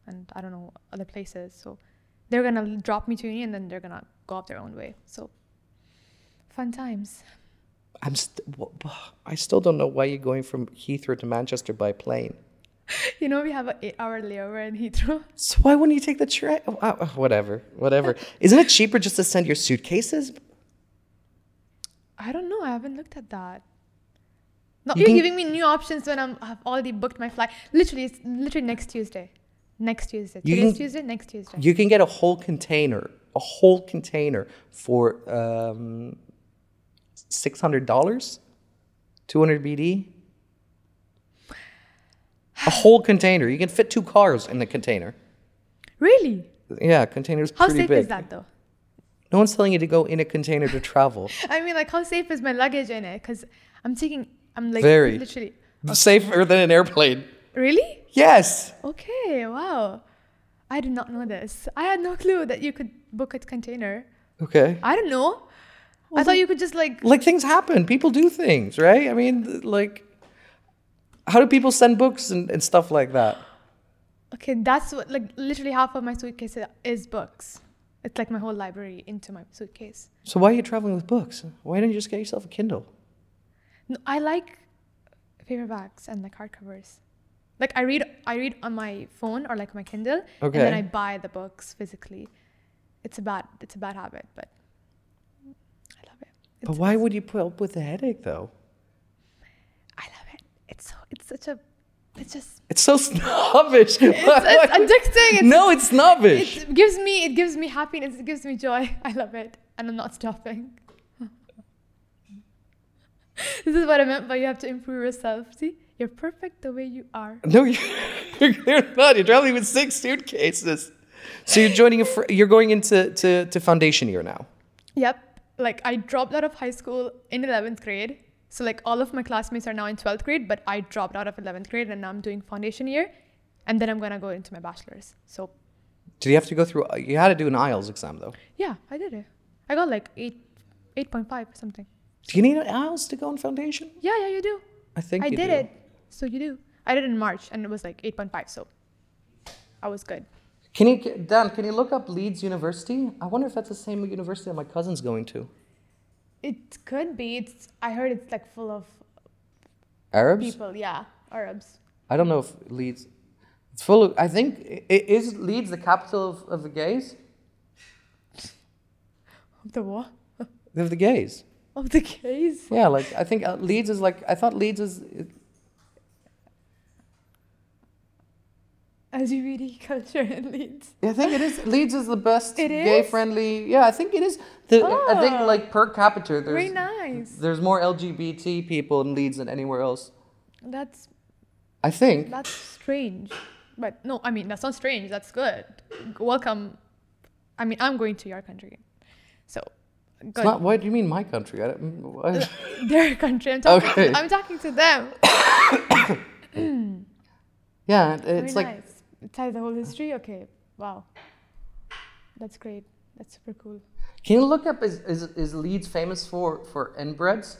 [SPEAKER 1] and I don't know other places. So they're gonna l- drop me to uni, and then they're gonna go up their own way. So fun times. [LAUGHS]
[SPEAKER 2] I'm st- wh- wh- I still don't know why you're going from Heathrow to Manchester by plane.
[SPEAKER 1] You know we have a eight hour layover in Heathrow. [LAUGHS]
[SPEAKER 2] So why wouldn't you take the train? Oh, uh, whatever, whatever. Isn't it cheaper just to send your suitcases?
[SPEAKER 1] I don't know. I haven't looked at that. No,
[SPEAKER 2] You
[SPEAKER 1] you're
[SPEAKER 2] can-
[SPEAKER 1] giving me new options when I'm, I've already booked my flight. Literally, it's literally next Tuesday. Next Tuesday.
[SPEAKER 2] You
[SPEAKER 1] Today's
[SPEAKER 2] can-
[SPEAKER 1] Tuesday, next Tuesday.
[SPEAKER 2] You can get a whole container, a whole container for um, six hundred dollars, two hundred BD. A whole container. You can fit two cars in the container.
[SPEAKER 1] really?
[SPEAKER 2] Yeah, container's
[SPEAKER 1] How
[SPEAKER 2] pretty
[SPEAKER 1] safe
[SPEAKER 2] big.
[SPEAKER 1] is that though?
[SPEAKER 2] No one's telling you to go in a container to
[SPEAKER 1] [LAUGHS]
[SPEAKER 2] travel.
[SPEAKER 1] I mean, like, how safe is my luggage in it? Because I'm taking, I'm like,
[SPEAKER 2] Very.
[SPEAKER 1] literally.
[SPEAKER 2] Safer than an airplane.
[SPEAKER 1] Really?
[SPEAKER 2] Yes.
[SPEAKER 1] Okay, wow. I did not know this. I had no [LAUGHS] clue that you could book a container.
[SPEAKER 2] Okay.
[SPEAKER 1] I don't know. I thought you could just like
[SPEAKER 2] Like things happen. People do things, right? I mean, th- like, how do people send books and, and stuff like that?
[SPEAKER 1] okay, that's what like literally half of my suitcase i- is books. It's like my whole library into my suitcase.
[SPEAKER 2] So why are you traveling with books? Why don't you just get yourself a Kindle?
[SPEAKER 1] No, I like paperbacks and like hardcovers. Like I read I read on my phone or like my Kindle and then
[SPEAKER 2] Okay.
[SPEAKER 1] I buy the books physically. It's a bad it's a bad habit, but I love it. It's,
[SPEAKER 2] But why would you put up with the headache though?
[SPEAKER 1] I love it. It's so it's such a it's
[SPEAKER 2] [LAUGHS]
[SPEAKER 1] just
[SPEAKER 2] It's so snobbish.
[SPEAKER 1] it's, it's
[SPEAKER 2] [LAUGHS]
[SPEAKER 1] addicting. It's
[SPEAKER 2] no, it's snobbish.
[SPEAKER 1] It gives me it gives me happiness. It gives me joy. [LAUGHS] I love it, and I'm not stopping. [LAUGHS] this is what I meant by you have to improve yourself. See, you're perfect the way you are.
[SPEAKER 2] no, [LAUGHS] you're, you're clearly not. You're traveling with six suitcases. So you're joining. A fr- you're going into to, to foundation year now.
[SPEAKER 1] Yep. Like I dropped out of high school in 11th grade. So like all of my classmates are now in 12th grade, but I dropped out of 11th grade and now I'm doing foundation year, and then I'm gonna go into my bachelor's. So
[SPEAKER 2] Did you have to go through? You had to do an IELTS exam though.
[SPEAKER 1] yeah, I did it. I got like eight, 8.5 or something.
[SPEAKER 2] Do you need an IELTS to go in foundation?
[SPEAKER 1] Yeah, yeah, you do.
[SPEAKER 2] I think
[SPEAKER 1] I
[SPEAKER 2] you
[SPEAKER 1] did
[SPEAKER 2] do.
[SPEAKER 1] it. So you do. I did it in March and it was like 8.5. So I was good.
[SPEAKER 2] Can you, Dan? Can you look up Leeds University? I wonder if that's the same university that my cousin's going to.
[SPEAKER 1] It could be. It's. I heard it's like full of
[SPEAKER 2] Arabs.
[SPEAKER 1] people. Yeah, Arabs.
[SPEAKER 2] I don't know if Leeds. It's full of. I think i- i- is Leeds the capital of, of the gays?
[SPEAKER 1] Of the what?
[SPEAKER 2] Of the gays.
[SPEAKER 1] Of the gays.
[SPEAKER 2] Yeah, like I think uh, Leeds is like I thought Leeds is. it-
[SPEAKER 1] LGBT [LAUGHS] culture in Leeds.
[SPEAKER 2] I think it is. Leeds is the best
[SPEAKER 1] It is?
[SPEAKER 2] gay-friendly. Yeah, I think it is. The, I think
[SPEAKER 1] Oh.
[SPEAKER 2] like per capita, there's
[SPEAKER 1] Very nice.
[SPEAKER 2] there's more LGBT people in Leeds than anywhere else.
[SPEAKER 1] That's
[SPEAKER 2] I think.
[SPEAKER 1] that's strange. But no, I mean that's not strange. That's good. Welcome. I mean I'm going to your country, so
[SPEAKER 2] It's
[SPEAKER 1] good.
[SPEAKER 2] not. Why do you mean my country? I don't, why-
[SPEAKER 1] [LAUGHS] Their country. I'm talking.
[SPEAKER 2] Okay.
[SPEAKER 1] To, I'm talking to
[SPEAKER 2] [LAUGHS]
[SPEAKER 1] them.
[SPEAKER 2] yeah, it-
[SPEAKER 1] Very
[SPEAKER 2] it's like
[SPEAKER 1] nice. It tells the whole history. Okay, wow. That's great. That's super cool.
[SPEAKER 2] Can you look up is, is, is Leeds famous for for inbreds?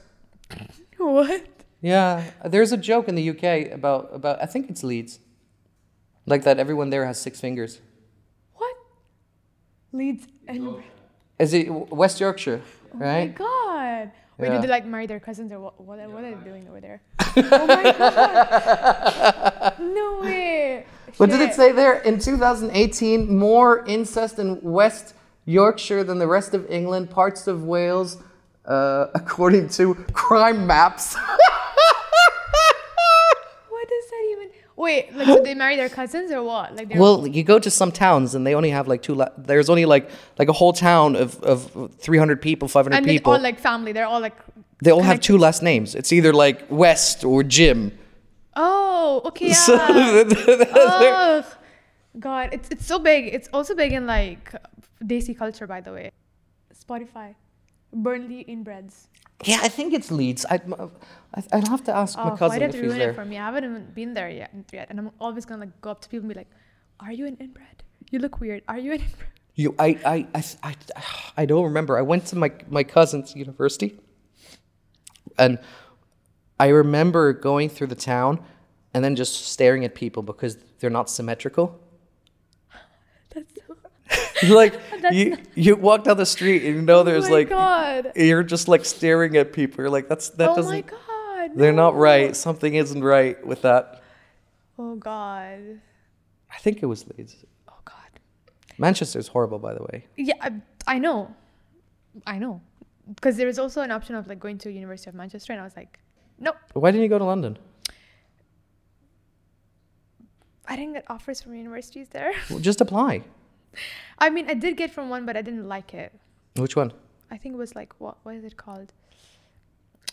[SPEAKER 1] What?
[SPEAKER 2] Yeah, there's a joke in the UK about about I think it's Leeds, like that everyone there has six fingers.
[SPEAKER 1] What? Leeds and oh
[SPEAKER 2] Is it West Yorkshire,
[SPEAKER 1] my
[SPEAKER 2] right?
[SPEAKER 1] god. Wait,
[SPEAKER 2] Yeah.
[SPEAKER 1] did they like marry their cousins or what? What, what are they doing over
[SPEAKER 2] [LAUGHS]
[SPEAKER 1] there? oh my god. No way.
[SPEAKER 2] What did it
[SPEAKER 1] Shit.
[SPEAKER 2] say there? In 2018, more incest in West Yorkshire than the rest of England, parts of Wales, uh, [LAUGHS] according to crime maps. [LAUGHS]
[SPEAKER 1] What does that even? Wait, like so they marry their cousins or what? Like they're
[SPEAKER 2] Well, you go to some towns and they only have like two. La- there's only like like a whole town of of 300 people, 500
[SPEAKER 1] and they
[SPEAKER 2] people.
[SPEAKER 1] all like family. They're all like.
[SPEAKER 2] they all have
[SPEAKER 1] connected.
[SPEAKER 2] two last names. It's either like West or Jim.
[SPEAKER 1] Oh, okay. Yeah.
[SPEAKER 2] [LAUGHS] So
[SPEAKER 1] [LAUGHS]
[SPEAKER 2] [LAUGHS] they're-
[SPEAKER 1] Ugh. God, it's it's so big. It's also big in like Desi culture, by the way. Spotify, Burnley inbreds.
[SPEAKER 2] yeah, I think it's Leeds. I, I I'd have to ask
[SPEAKER 1] Oh,
[SPEAKER 2] my
[SPEAKER 1] why
[SPEAKER 2] cousin
[SPEAKER 1] did
[SPEAKER 2] if
[SPEAKER 1] you
[SPEAKER 2] he's
[SPEAKER 1] ruin
[SPEAKER 2] there.
[SPEAKER 1] it for me? I haven't even been there yet, yet, and I'm always gonna like go up to people and be like, "Are you an inbred? You look weird. Are you an inbred?"
[SPEAKER 2] you, I, I, I, I, I don't remember. I went to my my cousin's university, and I remember going through the town and then just staring at people because they're not symmetrical.
[SPEAKER 1] [GASPS] That's so.
[SPEAKER 2] [LAUGHS] like
[SPEAKER 1] [LAUGHS] That's
[SPEAKER 2] you, you walk down the street and you know
[SPEAKER 1] Oh
[SPEAKER 2] [LAUGHS] there's
[SPEAKER 1] my
[SPEAKER 2] like
[SPEAKER 1] God.
[SPEAKER 2] you're just like staring at people. You're like that's that
[SPEAKER 1] oh my
[SPEAKER 2] doesn't
[SPEAKER 1] god.
[SPEAKER 2] they're not
[SPEAKER 1] no.
[SPEAKER 2] right. Something isn't right with that.
[SPEAKER 1] Oh god.
[SPEAKER 2] I think it was Leeds.
[SPEAKER 1] Oh god.
[SPEAKER 2] Manchester's horrible by the way.
[SPEAKER 1] Yeah, I, I know. I know. Because there was also an option of like going to University of Manchester, and I was like, Nope.
[SPEAKER 2] Why didn't you go to London?
[SPEAKER 1] I didn't get offers from universities there. [LAUGHS]
[SPEAKER 2] Well, just apply.
[SPEAKER 1] I mean, I did get from one, but I didn't like it.
[SPEAKER 2] Which one?
[SPEAKER 1] I think it was like what? What is it called?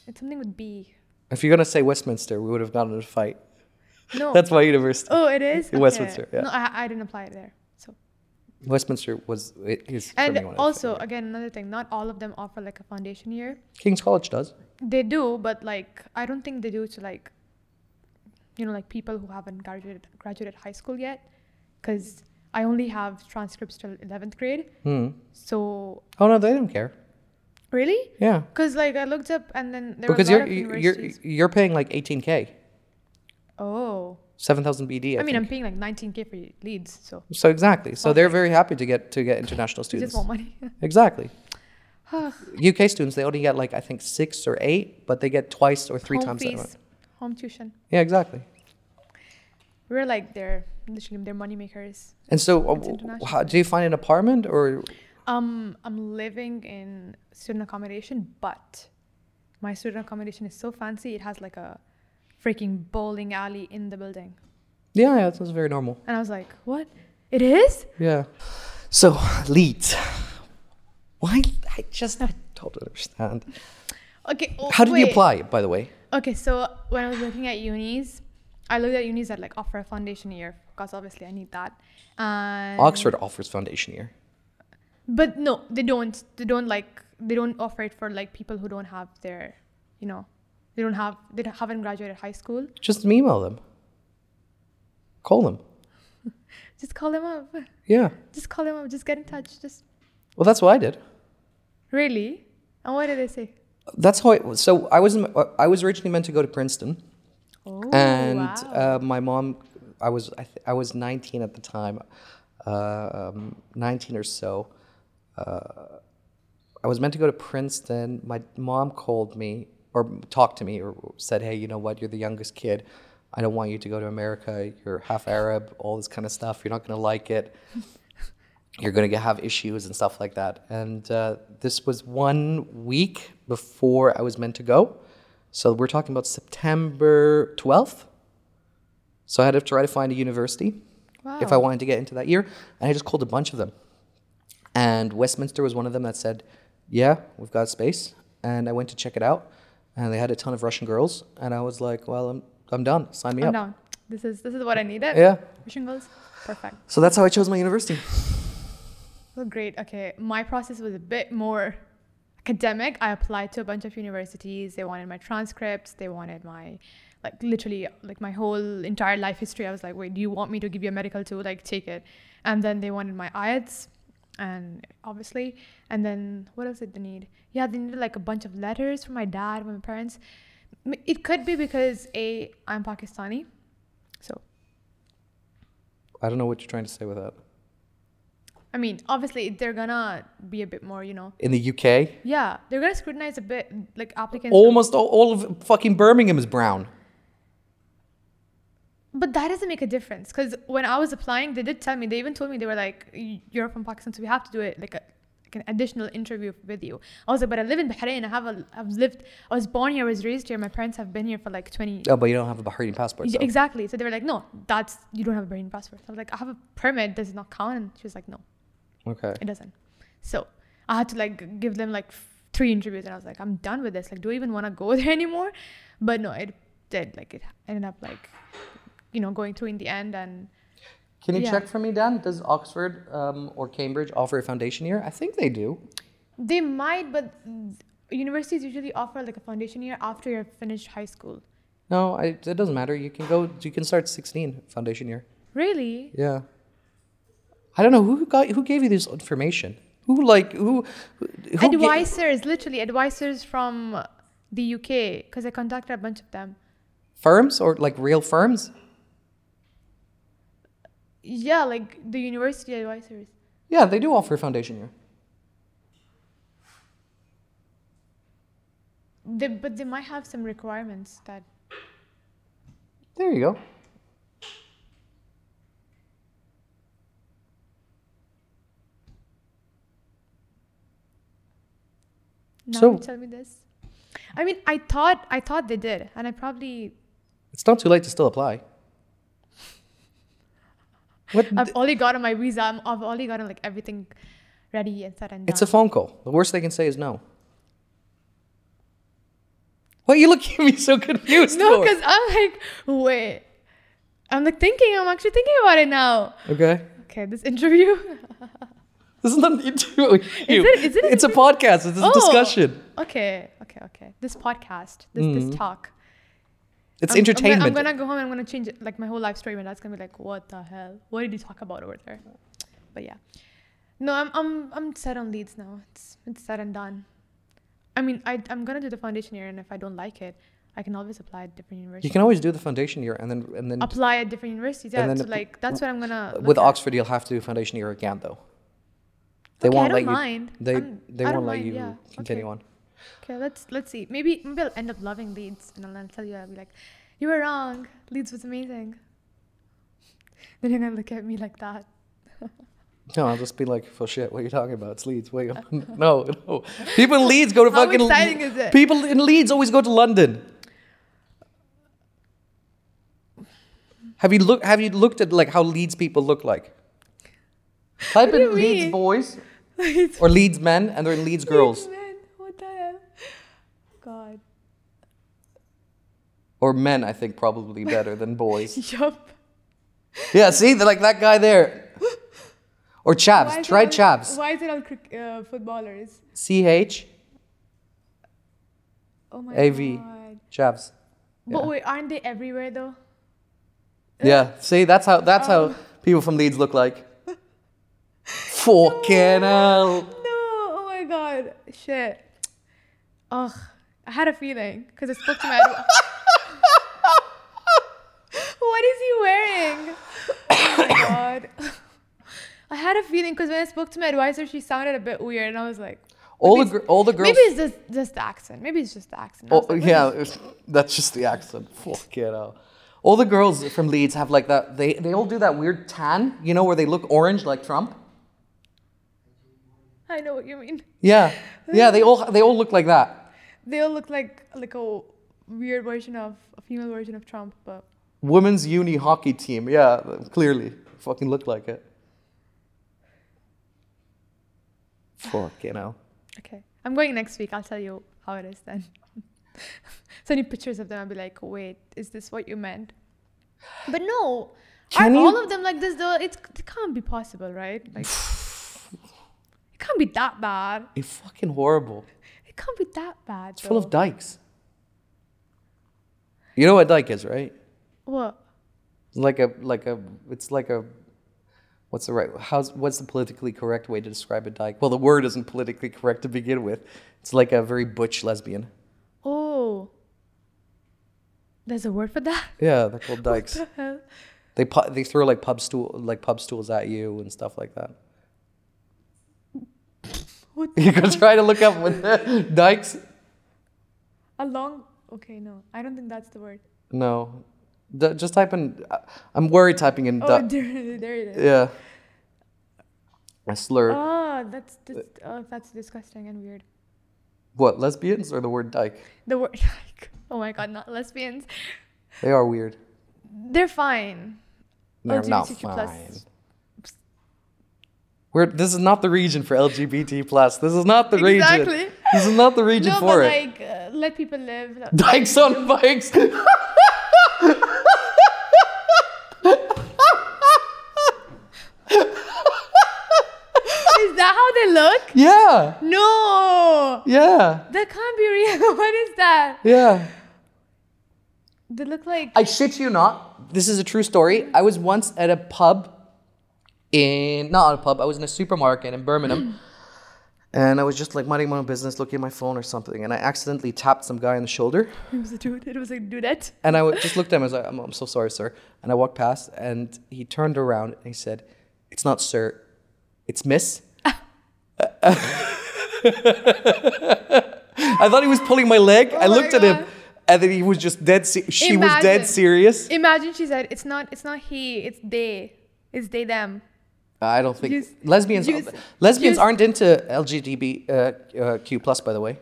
[SPEAKER 1] It's something with B.
[SPEAKER 2] If you're gonna say Westminster, we would have gotten in a fight.
[SPEAKER 1] No.
[SPEAKER 2] That's my university.
[SPEAKER 1] oh, it is.
[SPEAKER 2] In Westminster, yeah.
[SPEAKER 1] No, I, I didn't apply it there. So
[SPEAKER 2] Westminster was it is. for
[SPEAKER 1] and
[SPEAKER 2] me one of the
[SPEAKER 1] also uh,
[SPEAKER 2] favorite.
[SPEAKER 1] again another thing, not all of them offer like a foundation year.
[SPEAKER 2] King's College does.
[SPEAKER 1] They do, but like I don't think they do to like you know like people who haven't graduated graduated high school yet, because I only have transcripts till eleventh grade.
[SPEAKER 2] Hmm.
[SPEAKER 1] So
[SPEAKER 2] Oh no, they don't care.
[SPEAKER 1] really,
[SPEAKER 2] Yeah.
[SPEAKER 1] because like I looked up and then there
[SPEAKER 2] because
[SPEAKER 1] were a
[SPEAKER 2] you're
[SPEAKER 1] lot
[SPEAKER 2] you're
[SPEAKER 1] of
[SPEAKER 2] you're
[SPEAKER 1] universities.
[SPEAKER 2] you're paying like 18k,
[SPEAKER 1] oh,
[SPEAKER 2] 7,000 BD. I,
[SPEAKER 1] I, mean I'm
[SPEAKER 2] think.
[SPEAKER 1] paying like 19k for leads, so
[SPEAKER 2] so exactly. So they're
[SPEAKER 1] Okay.
[SPEAKER 2] very happy to get to get international
[SPEAKER 1] you
[SPEAKER 2] students.
[SPEAKER 1] just want money. [LAUGHS] [SIGHS]
[SPEAKER 2] Exactly. UK students they only get like I think six or eight, but they get twice or three
[SPEAKER 1] home
[SPEAKER 2] times that
[SPEAKER 1] fees,
[SPEAKER 2] amount.
[SPEAKER 1] home tuition.
[SPEAKER 2] Yeah, exactly.
[SPEAKER 1] We're like they're literally they're money makers.
[SPEAKER 2] And so, uh,
[SPEAKER 1] It's
[SPEAKER 2] w-
[SPEAKER 1] international.
[SPEAKER 2] how, do you find an apartment or
[SPEAKER 1] Um, I'm living in student accommodation, but my student accommodation is so fancy. It has like a freaking bowling alley in the building,
[SPEAKER 2] Yeah, yeah, that's very normal.
[SPEAKER 1] and I was like, "What? It is?
[SPEAKER 2] Yeah. So Leeds. Why? I just I don't understand.
[SPEAKER 1] Okay. oh,
[SPEAKER 2] How did you
[SPEAKER 1] wait.
[SPEAKER 2] apply, by the way?
[SPEAKER 1] Okay, so when I was looking at unis, I looked at unis that like offer a foundation year because obviously I need that. And
[SPEAKER 2] Oxford offers foundation year.
[SPEAKER 1] But no, they don't. They don't like. They don't offer it for like people who don't have their, you know, they don't have. They don't- haven't graduated high school.
[SPEAKER 2] Just email them. Call them.
[SPEAKER 1] Just call them up.
[SPEAKER 2] Yeah.
[SPEAKER 1] Just call them up. Just get in touch. Just
[SPEAKER 2] Well, that's what I did.
[SPEAKER 1] really. And what did they say?
[SPEAKER 2] That's how it was. So I was I was originally meant to go to Princeton,
[SPEAKER 1] Oh
[SPEAKER 2] and
[SPEAKER 1] wow.
[SPEAKER 2] uh, my mom, I was I, th- I was 19 at the time, uh, um, 19 or so. Uh, I was meant to go to Princeton. My mom called me or talked to me or said, "Hey, you know what? You're the youngest kid. I don't want you to go to America. You're half Arab. All this kind of stuff. You're not gonna like it." you're going to have issues and stuff like that. And uh, this was one week before I was meant to go. So we're talking about September 12th. So I had to try to find a university
[SPEAKER 1] wow.
[SPEAKER 2] if I wanted to get into that year. And I just called a bunch of them. And Westminster was one of them that said, Yeah, we've got space. And I went to check it out. And they had a ton of Russian girls. And I was like, Well, I'm, I'm done. Sign me
[SPEAKER 1] I'm
[SPEAKER 2] up. Eh.
[SPEAKER 1] down. This is this is what I needed.
[SPEAKER 2] Yeah.
[SPEAKER 1] Wishing goals. Perfect.
[SPEAKER 2] So that's how I chose my university.
[SPEAKER 1] Well, great. Okay, my process was a bit more academic. I applied to a bunch of universities. They wanted my transcripts. They wanted my, like, literally, like my whole entire life history. I was like, wait, do you want me to give you a medical too? Like, take it. And then they wanted my IELTS, and obviously, and then what else did they need? Yeah, they needed like a bunch of letters from my dad, from my parents. M- It could be because a I'm Pakistani, so
[SPEAKER 2] I don't know what you're trying to say with that.
[SPEAKER 1] I mean, obviously, they're gonna be a bit more, you know.
[SPEAKER 2] In the UK,
[SPEAKER 1] Yeah, they're gonna scrutinize a bit, mm, like applicants. from-
[SPEAKER 2] Almost all, all of fucking Birmingham is brown.
[SPEAKER 1] but that doesn't make a difference because when I was applying, they did tell me. They even told me they were like, "Y- "You're from Pakistan, so we have to do it like a." Like an additional interview with you. I was like, but I live in Bahrain. I have a, I've lived. I was born here. I was raised here. My parents have been here for like twenty.
[SPEAKER 2] Oh, but you don't have a Bahraini passport.
[SPEAKER 1] Yeah,
[SPEAKER 2] So.
[SPEAKER 1] Exactly. So they were like, no, that's you don't have a Bahrain passport. I was like, I have a permit. Does it not count? And she was like, no,
[SPEAKER 2] Okay.
[SPEAKER 1] it doesn't. So I had to like g- give them like f- three interviews, and I was like, I'm done with this. Like, do I even want to go [LAUGHS] there anymore? But no, it did. Like, it ended up like, you know, going through in the end, and
[SPEAKER 2] Can you
[SPEAKER 1] Yeah.
[SPEAKER 2] check for me, Dan? Does Oxford um, or Cambridge offer a foundation year? I think they do.
[SPEAKER 1] they might, but universities usually offer like a foundation year after you've finished high school.
[SPEAKER 2] No, I, it doesn't matter. You can go. You can start 16 foundation year.
[SPEAKER 1] Really?
[SPEAKER 2] Yeah. I don't know who got who gave you this information. Who like who? who who ga-
[SPEAKER 1] advisors, literally advisors from the UK, because I contacted a bunch of them.
[SPEAKER 2] firms or like real firms?
[SPEAKER 1] Yeah, like the university advisors.
[SPEAKER 2] Yeah, they do offer a foundation year.
[SPEAKER 1] They, but they might have some requirements that
[SPEAKER 2] There you go.
[SPEAKER 1] Now
[SPEAKER 2] So-
[SPEAKER 1] you tell me this. I mean, I thought I thought they did, and I probably
[SPEAKER 2] It's not too late to still apply. What?
[SPEAKER 1] I've only gotten my visa. I'm, I've only gotten like everything ready and set and done.
[SPEAKER 2] It's a phone call. The worst they can say is no. What you looking at me so confused?
[SPEAKER 1] no,
[SPEAKER 2] for?
[SPEAKER 1] because I'm like, wait. I'm like thinking. I'm actually thinking about it now.
[SPEAKER 2] okay.
[SPEAKER 1] Okay, this interview. [LAUGHS]
[SPEAKER 2] This is nothing to do with you.
[SPEAKER 1] it- is it an
[SPEAKER 2] it's a
[SPEAKER 1] interview?
[SPEAKER 2] podcast. It's a
[SPEAKER 1] Oh.
[SPEAKER 2] discussion.
[SPEAKER 1] okay, okay, okay. This podcast, this
[SPEAKER 2] Mm.
[SPEAKER 1] this talk. I'm-
[SPEAKER 2] It's
[SPEAKER 1] I'm gonna-
[SPEAKER 2] entertainment.
[SPEAKER 1] I'm gonna, go home and I'm gonna change it, like my whole life story. My dad's gonna be like, "What the hell? What did you talk about over there?" But yeah, no, I'm I'm I'm set on Leeds now. It's it's said and done. I mean, I I'm gonna do the foundation year, and if I don't like it, I can always apply at different
[SPEAKER 2] you
[SPEAKER 1] universities.
[SPEAKER 2] can always do the foundation year and then and then
[SPEAKER 1] apply at different universities. Yeah,
[SPEAKER 2] And then
[SPEAKER 1] so
[SPEAKER 2] app-
[SPEAKER 1] like that's what I'm gonna look
[SPEAKER 2] with
[SPEAKER 1] at.
[SPEAKER 2] Oxford you'll have to do foundation year again though. They
[SPEAKER 1] Okay,
[SPEAKER 2] won't
[SPEAKER 1] I
[SPEAKER 2] let
[SPEAKER 1] don't
[SPEAKER 2] you
[SPEAKER 1] mind.
[SPEAKER 2] they
[SPEAKER 1] I'm-
[SPEAKER 2] they
[SPEAKER 1] I
[SPEAKER 2] won't
[SPEAKER 1] don't
[SPEAKER 2] let
[SPEAKER 1] mind,
[SPEAKER 2] you
[SPEAKER 1] yeah.
[SPEAKER 2] continue
[SPEAKER 1] okay.
[SPEAKER 2] on.
[SPEAKER 1] Okay, let's let's see. Maybe maybe I'll end up loving Leeds, and I'll, I'll tell you I'll be like, you were wrong. Leeds was amazing. [LAUGHS] Then you're gonna look at me like that.
[SPEAKER 2] No, I'll just be like, "Well, shit, what are you talking about? It's Leeds. Wait, [LAUGHS] no, no. People in Leeds go to
[SPEAKER 1] How
[SPEAKER 2] fucking.
[SPEAKER 1] exciting is [LAUGHS] it?
[SPEAKER 2] People in Leeds always go to London. Have you look? Have you looked at like how Leeds people look like? Type
[SPEAKER 1] do you
[SPEAKER 2] in Leeds
[SPEAKER 1] mean?
[SPEAKER 2] boys [LAUGHS]
[SPEAKER 1] Leeds
[SPEAKER 2] or Leeds men, and they're Leeds girls
[SPEAKER 1] Men, what the hell? God. [LAUGHS]
[SPEAKER 2] or men. I think probably better than boys.
[SPEAKER 1] Yup.
[SPEAKER 2] Yeah, see, they're like that guy there,
[SPEAKER 1] Why
[SPEAKER 2] or Chavs.
[SPEAKER 1] is it
[SPEAKER 2] Try
[SPEAKER 1] all-
[SPEAKER 2] Chavs.
[SPEAKER 1] Why is it all cric- uh, footballers?
[SPEAKER 2] C H
[SPEAKER 1] Oh my
[SPEAKER 2] A V
[SPEAKER 1] god.
[SPEAKER 2] Chavs.
[SPEAKER 1] But
[SPEAKER 2] Yeah.
[SPEAKER 1] wait, aren't they everywhere though?
[SPEAKER 2] Yeah, see, that's how that's
[SPEAKER 1] Oh.
[SPEAKER 2] how people from Leeds look like. Fucking hell.
[SPEAKER 1] [LAUGHS] No. Oh my god. Shit. Ugh. I had a feeling because I spoke to my. what is he wearing? Oh my god. I had a feeling because when I spoke to my advisor, she sounded a bit weird, and I was like,
[SPEAKER 2] All the
[SPEAKER 1] Maybe
[SPEAKER 2] gr- all the girls.
[SPEAKER 1] maybe it's just just the accent. Maybe it's just the accent. I was
[SPEAKER 2] oh,
[SPEAKER 1] like, what
[SPEAKER 2] yeah, it's- that's just the accent. Fucking hell. All the girls from Leeds have like that. They they all do that weird tan, you know, where they look orange like Trump. oh.
[SPEAKER 1] I know what you mean.
[SPEAKER 2] Yeah, yeah. They all they all look like that.
[SPEAKER 1] They all look like like a weird version of a female version of Trump, but
[SPEAKER 2] Women's uni hockey team. Yeah, clearly, fucking look like it. Fucking hell.
[SPEAKER 1] okay. I'm going next week. I'll tell you how it is then. [LAUGHS] Send you pictures of them. I'll be like, wait, is this what you meant? But no,
[SPEAKER 2] Can
[SPEAKER 1] are
[SPEAKER 2] you-
[SPEAKER 1] all of them like this though? It's, it can't be possible, right?
[SPEAKER 2] [SIGHS]
[SPEAKER 1] Like, it can't be that bad.
[SPEAKER 2] It's fucking horrible.
[SPEAKER 1] It can't be that bad.
[SPEAKER 2] It's full of
[SPEAKER 1] though.
[SPEAKER 2] dikes. You know what dike is, right?
[SPEAKER 1] what?
[SPEAKER 2] Like a like a it's like a what's the right how's what's the politically correct way to describe a dike? Well, the word isn't politically correct to begin with. It's like a very butch lesbian.
[SPEAKER 1] Oh, there's a word for that. [LAUGHS]
[SPEAKER 2] Yeah, they're [LAUGHS] called dykes.
[SPEAKER 1] The hell?
[SPEAKER 2] they pu- they throw like pub stool like pub stools at you and stuff like that. [LAUGHS]
[SPEAKER 1] What
[SPEAKER 2] You could try to look up with the [LAUGHS] dykes.
[SPEAKER 1] A long. Okay, no, I don't think that's the word.
[SPEAKER 2] No, D- just type in. I- I'm worried typing in.
[SPEAKER 1] Oh, [LAUGHS]
[SPEAKER 2] di-
[SPEAKER 1] there, there it is.
[SPEAKER 2] yeah. A slur.
[SPEAKER 1] Oh, that's dis- oh, that's disgusting and weird.
[SPEAKER 2] What, lesbians or the word dyke?
[SPEAKER 1] The word [LAUGHS] like, oh my god, not lesbians.
[SPEAKER 2] They are weird.
[SPEAKER 1] They're fine.
[SPEAKER 2] They're not
[SPEAKER 1] LGBTQ+.
[SPEAKER 2] fine. We're, this is not the region for LGBT plus. This is not the
[SPEAKER 1] Exactly.
[SPEAKER 2] region. This is not the region
[SPEAKER 1] No,
[SPEAKER 2] for
[SPEAKER 1] but
[SPEAKER 2] it.
[SPEAKER 1] like, uh, let people live. [LAUGHS]
[SPEAKER 2] Dykes on bikes. [LAUGHS]
[SPEAKER 1] is that how they look?
[SPEAKER 2] yeah.
[SPEAKER 1] No,
[SPEAKER 2] Yeah.
[SPEAKER 1] that can't be real. [LAUGHS] what is that?
[SPEAKER 2] Yeah.
[SPEAKER 1] They look like. [LAUGHS]
[SPEAKER 2] I shit you not. This is a true story. I was once at a pub in not at a pub, I was in a supermarket in Birmingham. and I was just like minding my own business, looking at my phone or something, and I accidentally tapped some guy on the shoulder.
[SPEAKER 1] It was a dude. It was a dudette.
[SPEAKER 2] And I w- just looked at him. I was like, I'm, I'm so sorry, sir. And I walked past, and he turned around and he said, It's not sir, it's miss. [LAUGHS] I thought he was pulling my leg. I
[SPEAKER 1] Oh my
[SPEAKER 2] looked at him,
[SPEAKER 1] God.
[SPEAKER 2] and then he was just dead. Se- she was
[SPEAKER 1] Imagine.
[SPEAKER 2] dead serious.
[SPEAKER 1] Imagine she said, "It's not. It's not he. It's they. It's they them."
[SPEAKER 2] I don't think
[SPEAKER 1] Juice-
[SPEAKER 2] lesbians.
[SPEAKER 1] juice-
[SPEAKER 2] lesbians
[SPEAKER 1] juice-
[SPEAKER 2] uh, aren't into LGBTQ plus, by the way.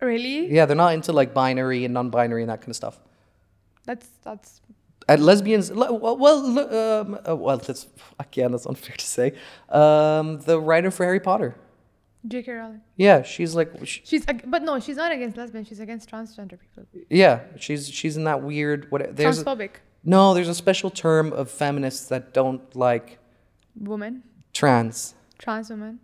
[SPEAKER 1] Really?
[SPEAKER 2] Yeah, they're not into like binary and non-binary and that kind of stuff.
[SPEAKER 1] That's that's
[SPEAKER 2] And lesbians, le- well, well, le- um, uh, well, that's again, that's unfair to say. Um, the writer for Harry Potter,
[SPEAKER 1] J.K. Rowling.
[SPEAKER 2] yeah, she's like, sh
[SPEAKER 1] She's ag- but no, she's not against lesbians. She's against transgender people.
[SPEAKER 2] yeah, she's she's in that weird. What there's a,
[SPEAKER 1] Transphobic
[SPEAKER 2] no, there's a special term of feminists that don't like
[SPEAKER 1] woman,
[SPEAKER 2] trans,
[SPEAKER 1] trans woman.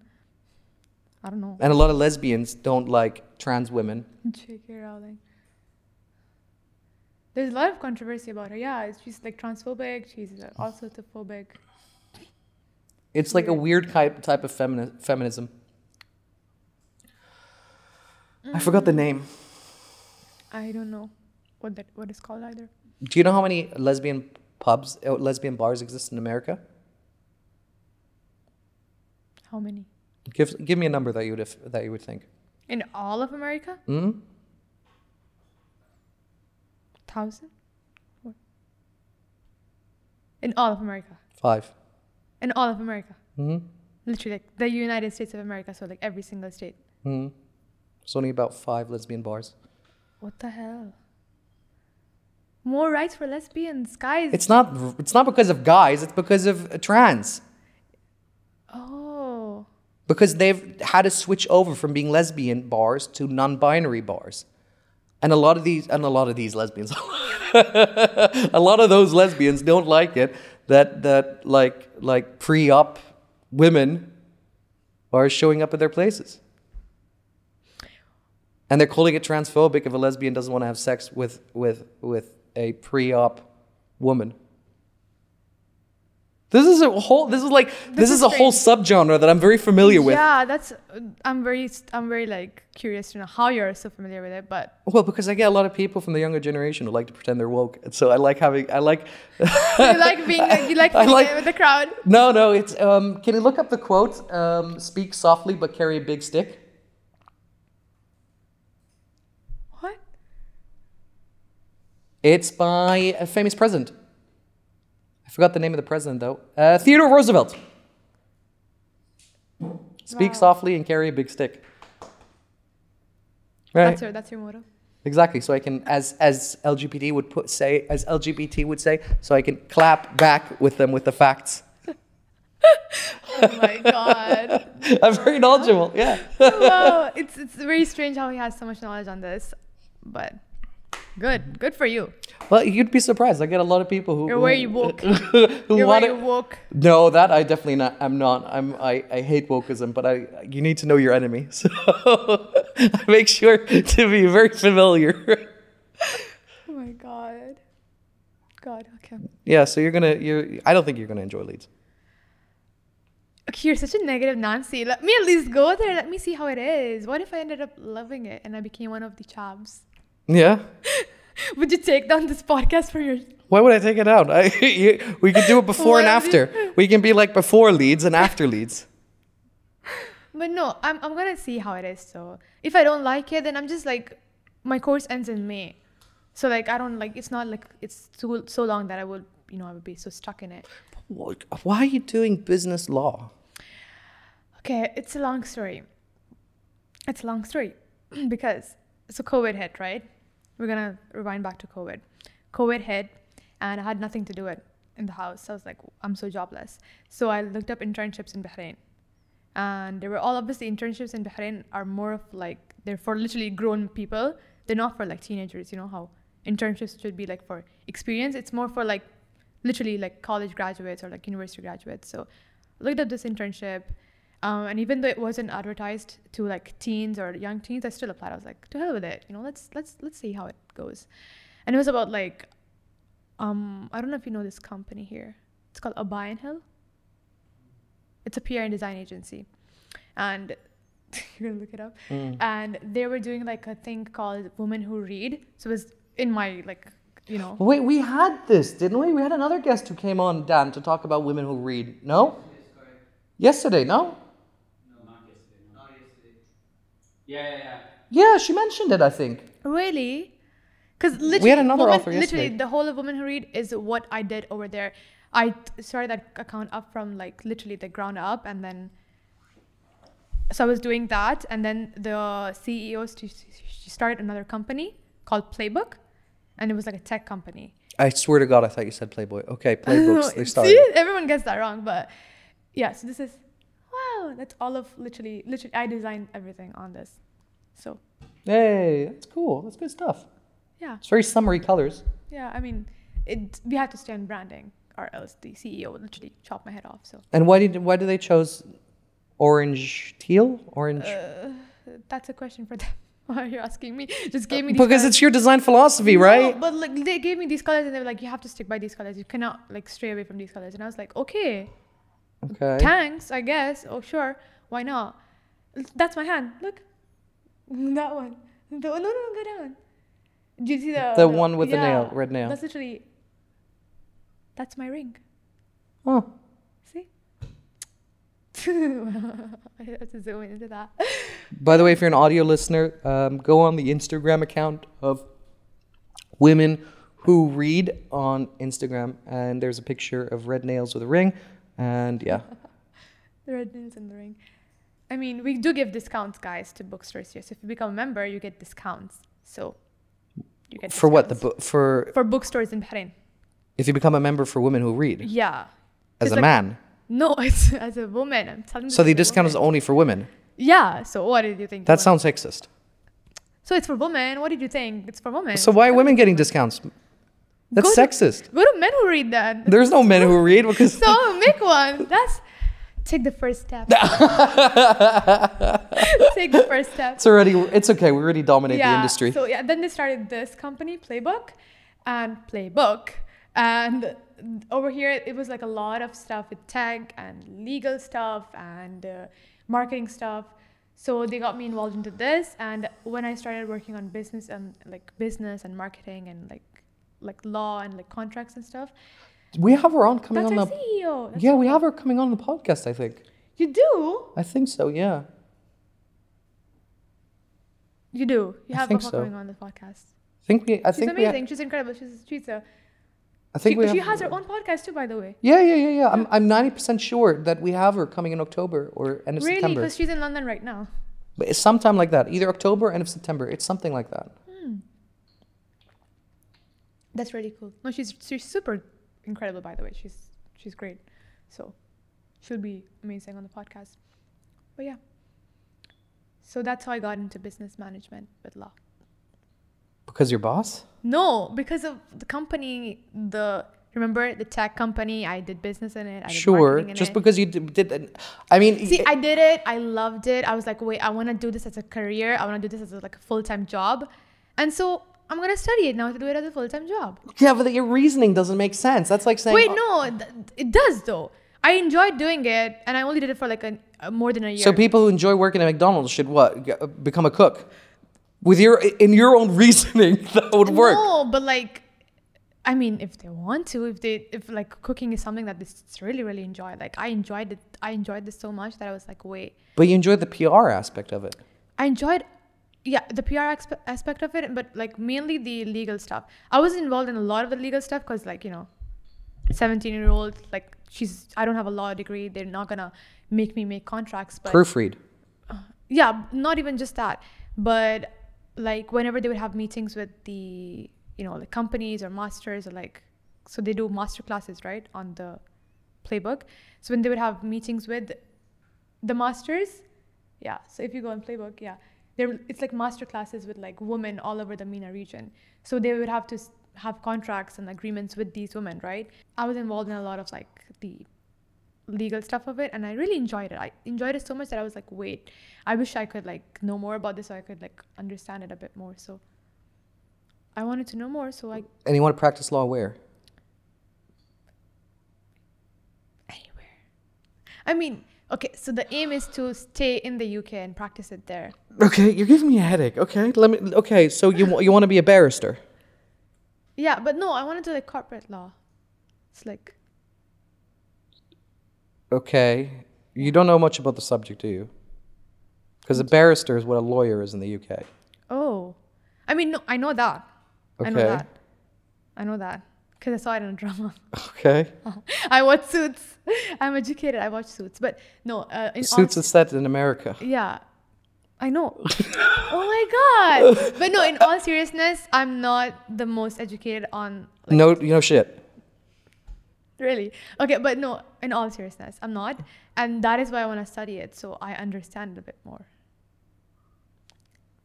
[SPEAKER 1] I don't know.
[SPEAKER 2] and a lot of lesbians don't like trans women.
[SPEAKER 1] [LAUGHS] J.K. Rowling. There's a lot of controversy about her. Yeah, she's like transphobic. She's uh, also phobic.
[SPEAKER 2] It's like a weird type type of femini- feminism. I forgot the name.
[SPEAKER 1] I don't know what that what it's called either.
[SPEAKER 2] Do you know how many lesbian pubs, uh, lesbian bars exist in America?
[SPEAKER 1] How many
[SPEAKER 2] Give give me a number that you would have, that you would think.
[SPEAKER 1] in all of America?
[SPEAKER 2] Hmm?
[SPEAKER 1] Thousand. What? In all of America.
[SPEAKER 2] Five.
[SPEAKER 1] In all of America.
[SPEAKER 2] Hmm.
[SPEAKER 1] Literally, like the United States of America. So like every single state.
[SPEAKER 2] Hmm. There's only about five lesbian bars.
[SPEAKER 1] What the hell? More rights for lesbians, guys.
[SPEAKER 2] It's not. r- It's not because of guys. It's because of uh, trans.
[SPEAKER 1] oh.
[SPEAKER 2] Because they've had to switch over from being lesbian bars to non-binary bars, and a lot of these and a lot of these lesbians, [LAUGHS] a lot of those lesbians don't like it that that like like pre-op women are showing up at their places. And they're calling it transphobic if a lesbian doesn't want to have sex with with with a pre-op woman. This is a whole. This is like this,
[SPEAKER 1] This
[SPEAKER 2] is,
[SPEAKER 1] is
[SPEAKER 2] a whole subgenre that I'm very familiar with.
[SPEAKER 1] Yeah, that's. I'm very. I'm very like curious to know how you're so familiar with it, but
[SPEAKER 2] Well, because I get a lot of people from the younger generation who like to pretend they're woke, and so I like having. I like.
[SPEAKER 1] you like being. Like, you like
[SPEAKER 2] [LAUGHS] I
[SPEAKER 1] being
[SPEAKER 2] like-
[SPEAKER 1] with the crowd.
[SPEAKER 2] No, no. It's. Um, can you look up the quote? Um, Speak softly, but carry a big stick.
[SPEAKER 1] What?
[SPEAKER 2] It's by a famous president. I forgot the name of the president though. Uh, Theodore Roosevelt. Speak
[SPEAKER 1] Wow.
[SPEAKER 2] softly and carry a big stick. Right.
[SPEAKER 1] That's your. That's your motto.
[SPEAKER 2] Exactly. So I can, as as LGBT would put say, as LGBT would say, so I can clap back with them with the facts.
[SPEAKER 1] Oh my god.
[SPEAKER 2] I'm very knowledgeable. Yeah. [LAUGHS]
[SPEAKER 1] Wow. It's it's very strange how he has so much knowledge on this, but good. Good for you.
[SPEAKER 2] Well, you'd be surprised. I get a lot of people who
[SPEAKER 1] You're very
[SPEAKER 2] [LAUGHS] who-
[SPEAKER 1] woke.
[SPEAKER 2] who
[SPEAKER 1] You're
[SPEAKER 2] want
[SPEAKER 1] very
[SPEAKER 2] to.
[SPEAKER 1] woke.
[SPEAKER 2] [LAUGHS] No, that I definitely not. I'm not. I'm. I, I hate wokeism, but I. You need to know your enemy, [LAUGHS] so I make sure to be very familiar. [LAUGHS]
[SPEAKER 1] Oh my god. God. Okay.
[SPEAKER 2] yeah. So you're gonna. You. I don't think you're gonna enjoy Leeds.
[SPEAKER 1] Okay, you're such a negative Nancy. Let me at least go there. Let me see how it is. What if I ended up loving it and I became one of the chavs?
[SPEAKER 2] Yeah.
[SPEAKER 1] [LAUGHS] Would you take down this podcast from your?
[SPEAKER 2] Why would I take it out? [LAUGHS] I, you, we could do it before and
[SPEAKER 1] Why would you-
[SPEAKER 2] after. We can be like before Leeds and after
[SPEAKER 1] [LAUGHS]
[SPEAKER 2] Leeds.
[SPEAKER 1] But no, I'm I'm gonna see how it is. So if I don't like it, then I'm just like, my course ends in May, so like I don't like. It's not like it's so so long that I would you know I would be so stuck in it.
[SPEAKER 2] What- Why are you doing business law?
[SPEAKER 1] Okay, it's a long story. It's a long story [CLEARS THROAT] because so COVID hit, right? We're gonna rewind back to COVID. COVID hit, and I had nothing to do it in the house. I was like, I'm so jobless. So I looked up internships in Bahrain, and they were all obviously internships in Bahrain are more of like they're for literally grown people. They're not for like teenagers. You know how internships should be like for experience. It's more for like literally like college graduates or like university graduates. So I looked up this internship. Um, and even though it wasn't advertised to like teens or young teens, I still applied. I was like, to hell with it, you know, let's let's let's see how it goes. And it was about like, um, I don't know if you know this company here. It's called Abai and Hill. It's a PR and design agency, and [LAUGHS] you're gonna look it up. And they were doing like a thing called Women Who Read. So it was in my like, you know,
[SPEAKER 2] Wait, we had this, didn't we? We had another guest who came on, Dan, to talk about women who read. No? Yesterday, no?
[SPEAKER 3] No, not yesterday. Not yesterday. Yeah, yeah, yeah.
[SPEAKER 2] Yeah, she mentioned it, I think.
[SPEAKER 1] Really? Because literally,
[SPEAKER 2] another
[SPEAKER 1] woman,
[SPEAKER 2] author
[SPEAKER 1] literally
[SPEAKER 2] yesterday.
[SPEAKER 1] the whole of Women Who Read is what I did over there. I t- started that account up from like literally the ground up, and then so I was doing that, and then the CEO st- she started another company called Playbook, and it was like a tech company.
[SPEAKER 2] I swear to God, I thought you said Playboy. Okay, Playbooks. they started.
[SPEAKER 1] [LAUGHS] See, everyone gets that wrong, but yeah. So this is wow. That's all of literally, literally. I designed everything on this, so
[SPEAKER 2] Hey, that's cool. That's good stuff.
[SPEAKER 1] yeah,
[SPEAKER 2] It's very summery colors.
[SPEAKER 1] yeah. I mean, it we had to stay on branding, or else the CEO would literally chop my head off. So
[SPEAKER 2] And why did why do they chose orange teal? Orange
[SPEAKER 1] Uh, that's a question for them. [LAUGHS] Why are you asking me? Just gave me these
[SPEAKER 2] because
[SPEAKER 1] colors.
[SPEAKER 2] it's your design philosophy, right?
[SPEAKER 1] No, but like they gave me these colors and they were like, you have to stick by these colors. You cannot like stray away from these colors. And I was like, okay,
[SPEAKER 2] Okay.
[SPEAKER 1] thanks, I guess. Oh sure, why not? That's my hand. Look, [LAUGHS] that one. The, no, no, no, go down. Do you see the
[SPEAKER 2] The one with the nail, red nail.
[SPEAKER 1] That's literally. That's my ring.
[SPEAKER 2] Huh.
[SPEAKER 1] See. [LAUGHS] I have to zoom into that. [LAUGHS]
[SPEAKER 2] By the way, if you're an audio listener, um, go on the Instagram account of women who read on Instagram, and there's a picture of red nails with a ring, and yeah,
[SPEAKER 1] The red nails in the ring. I mean, we do give discounts, guys, to bookstores here. So if you become a member, you get discounts. So you get
[SPEAKER 2] for what the
[SPEAKER 1] discounts.
[SPEAKER 2] bo- for
[SPEAKER 1] for bookstores in Bahrain.
[SPEAKER 2] if you become a member for women who read
[SPEAKER 1] Yeah. [LAUGHS]
[SPEAKER 2] as
[SPEAKER 1] It's
[SPEAKER 2] a
[SPEAKER 1] like-
[SPEAKER 2] man,
[SPEAKER 1] No, it's as a woman. I'm telling you.
[SPEAKER 2] so the discount is only for women.
[SPEAKER 1] Yeah. So what did you think?
[SPEAKER 2] That
[SPEAKER 1] it was?
[SPEAKER 2] sounds sexist.
[SPEAKER 1] So it's for women. What did you think? It's for women.
[SPEAKER 2] So why are
[SPEAKER 1] Go
[SPEAKER 2] women getting discounts? That's
[SPEAKER 1] Go to-
[SPEAKER 2] sexist.
[SPEAKER 1] to- Go to men who read that.
[SPEAKER 2] There's no men who read because
[SPEAKER 1] [LAUGHS]
[SPEAKER 2] [LAUGHS]
[SPEAKER 1] so make one. That's take the first step. take the first step.
[SPEAKER 2] it's already it's okay. We already dominate the industry.
[SPEAKER 1] So yeah, then they started this company, Playbook, and Playbook, and over here it was like a lot of stuff with tech and legal stuff and uh, marketing stuff. So they got me involved into this, and when I started working on business and like business and marketing and like like law and like contracts and stuff,
[SPEAKER 2] we have her on coming
[SPEAKER 1] that's
[SPEAKER 2] on
[SPEAKER 1] our
[SPEAKER 2] the
[SPEAKER 1] CEO. That's
[SPEAKER 2] yeah.
[SPEAKER 1] our-
[SPEAKER 2] We have her coming on the podcast. I think.
[SPEAKER 1] you do,
[SPEAKER 2] I think so. Yeah.
[SPEAKER 1] you do. You
[SPEAKER 2] I
[SPEAKER 1] have
[SPEAKER 2] think
[SPEAKER 1] Papa
[SPEAKER 2] so.
[SPEAKER 1] coming on the podcast.
[SPEAKER 2] I think we. I
[SPEAKER 1] She's
[SPEAKER 2] think we.
[SPEAKER 1] amazing. She's incredible. She's she's a.
[SPEAKER 2] I think
[SPEAKER 1] She,
[SPEAKER 2] we.
[SPEAKER 1] she
[SPEAKER 2] have-
[SPEAKER 1] has her own podcast too, by the way.
[SPEAKER 2] Yeah, yeah, yeah, yeah. I'm I'm ninety percent sure that we have her coming in October or end of
[SPEAKER 1] Really?
[SPEAKER 2] September.
[SPEAKER 1] Because she's in London right now.
[SPEAKER 2] But it's sometime like that, either October or end of September. It's something like that.
[SPEAKER 1] Hmm. That's really cool. No, she's she's super incredible by the way. She's she's great. So she'll be amazing on the podcast. But yeah. So that's how I got into business management with law.
[SPEAKER 2] Because your boss.
[SPEAKER 1] No, because of the company, the remember the tech company, I did business in it. I did
[SPEAKER 2] Sure.
[SPEAKER 1] marketing in
[SPEAKER 2] Just
[SPEAKER 1] it.
[SPEAKER 2] because you d- did. an- I mean.
[SPEAKER 1] See,
[SPEAKER 2] it-
[SPEAKER 1] I did it. I loved it. I was like, wait, I want to do this as a career. I want to do this as a, like a full-time job. And so I'm going to study it now to do it as a full-time job.
[SPEAKER 2] yeah, but your reasoning doesn't make sense. That's like saying.
[SPEAKER 1] Wait,
[SPEAKER 2] "Oh,
[SPEAKER 1] no, th- it does though. I enjoyed doing it, and I only did it for like an, uh, more than a year.
[SPEAKER 2] So people who enjoy working at McDonald's should what G- uh, become a cook? With your in your own [LAUGHS] reasoning, that would work.
[SPEAKER 1] No, but like, I mean, if they want to, if they, if like cooking is something that they s- really, really enjoy. Like, I enjoyed it. I enjoyed this so much that I was like, wait,
[SPEAKER 2] But you enjoy the PR aspect of it.
[SPEAKER 1] I enjoyed, yeah, the PR exp- aspect of it, but like mainly the legal stuff. I was involved in a lot of the legal stuff because, like, you know, 17 year old, like, she's, I don't have a law degree. They're not gonna make me make contracts, but.
[SPEAKER 2] Proofread.
[SPEAKER 1] yeah b- not even just that but like whenever they would have meetings with the you know like companies or masters or like so they do master classes right on the playbook so when they would have meetings with the masters yeah so if you go on playbook yeah there it's like master classes with like women all over the MENA region so they would have to s- have contracts and agreements with these women right i was involved in a lot of like the legal stuff of it and i really enjoyed it i enjoyed it so much that i was like wait i wish i could like know more about this so i could like understand it a bit more so i wanted to know more so i
[SPEAKER 2] And you want to practice law where?
[SPEAKER 1] anywhere i mean okay so the aim is to stay in the uk and practice it there
[SPEAKER 2] Okay, you're giving me a headache. Okay, let me. Okay, so you wa- you want to be a barrister?
[SPEAKER 1] yeah but no i want to do like corporate law it's like
[SPEAKER 2] Okay, you don't know much about the subject, do you? Because a barrister is what a lawyer is in the UK.
[SPEAKER 1] oh i mean no i know that i know
[SPEAKER 2] Okay.
[SPEAKER 1] that i know that because I saw it in a drama. [LAUGHS]
[SPEAKER 2] Okay.
[SPEAKER 1] I watch Suits. I'm educated. I watch Suits, but no. Uh, in
[SPEAKER 2] Suits
[SPEAKER 1] all,
[SPEAKER 2] is set in America.
[SPEAKER 1] yeah, I know.
[SPEAKER 2] [LAUGHS]
[SPEAKER 1] oh my god! But no, in all seriousness, I'm not the most educated on like,
[SPEAKER 2] No, you know shit.
[SPEAKER 1] Really? Okay, but no, in all seriousness, I'm not. And that is why I want to study it so I understand a bit more.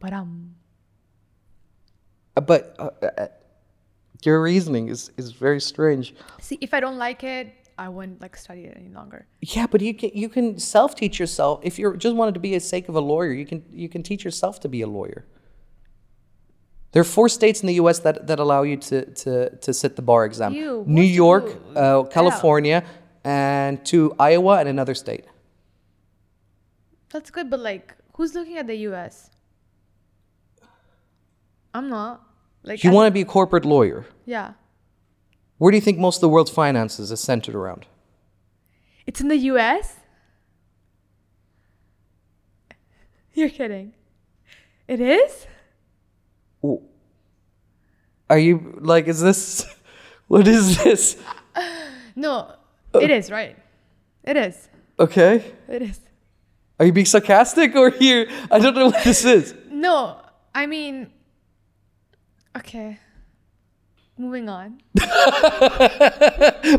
[SPEAKER 1] But um
[SPEAKER 2] Uh, But uh, uh, uh, your reasoning is, is very strange.
[SPEAKER 1] see if I don't like it, I wouldn't like study it any longer.
[SPEAKER 2] Yeah, but you can you can self teach yourself if you just wanted to be a sake of a lawyer. You can you can teach yourself to be a lawyer. There are four states in the U.S. that, that allow you to to to sit the bar exam:
[SPEAKER 1] Ew,
[SPEAKER 2] New
[SPEAKER 1] what
[SPEAKER 2] York,
[SPEAKER 1] you-
[SPEAKER 2] uh, California, and two Iowa and another state.
[SPEAKER 1] That's good, but like who's looking at the US? I'm not. Like
[SPEAKER 2] If you
[SPEAKER 1] I-
[SPEAKER 2] want to be a corporate lawyer,
[SPEAKER 1] Yeah.
[SPEAKER 2] where do you think most of the world's finances is centered around?
[SPEAKER 1] It's in the US? [LAUGHS] You're kidding. It is?
[SPEAKER 2] W- Are you like? Is this? [LAUGHS] What is this?
[SPEAKER 1] No. It is, right? It is.
[SPEAKER 2] Okay.
[SPEAKER 1] It is.
[SPEAKER 2] Are you being sarcastic or here? I don't know what this is.
[SPEAKER 1] No, I mean, okay. Moving on.
[SPEAKER 2] But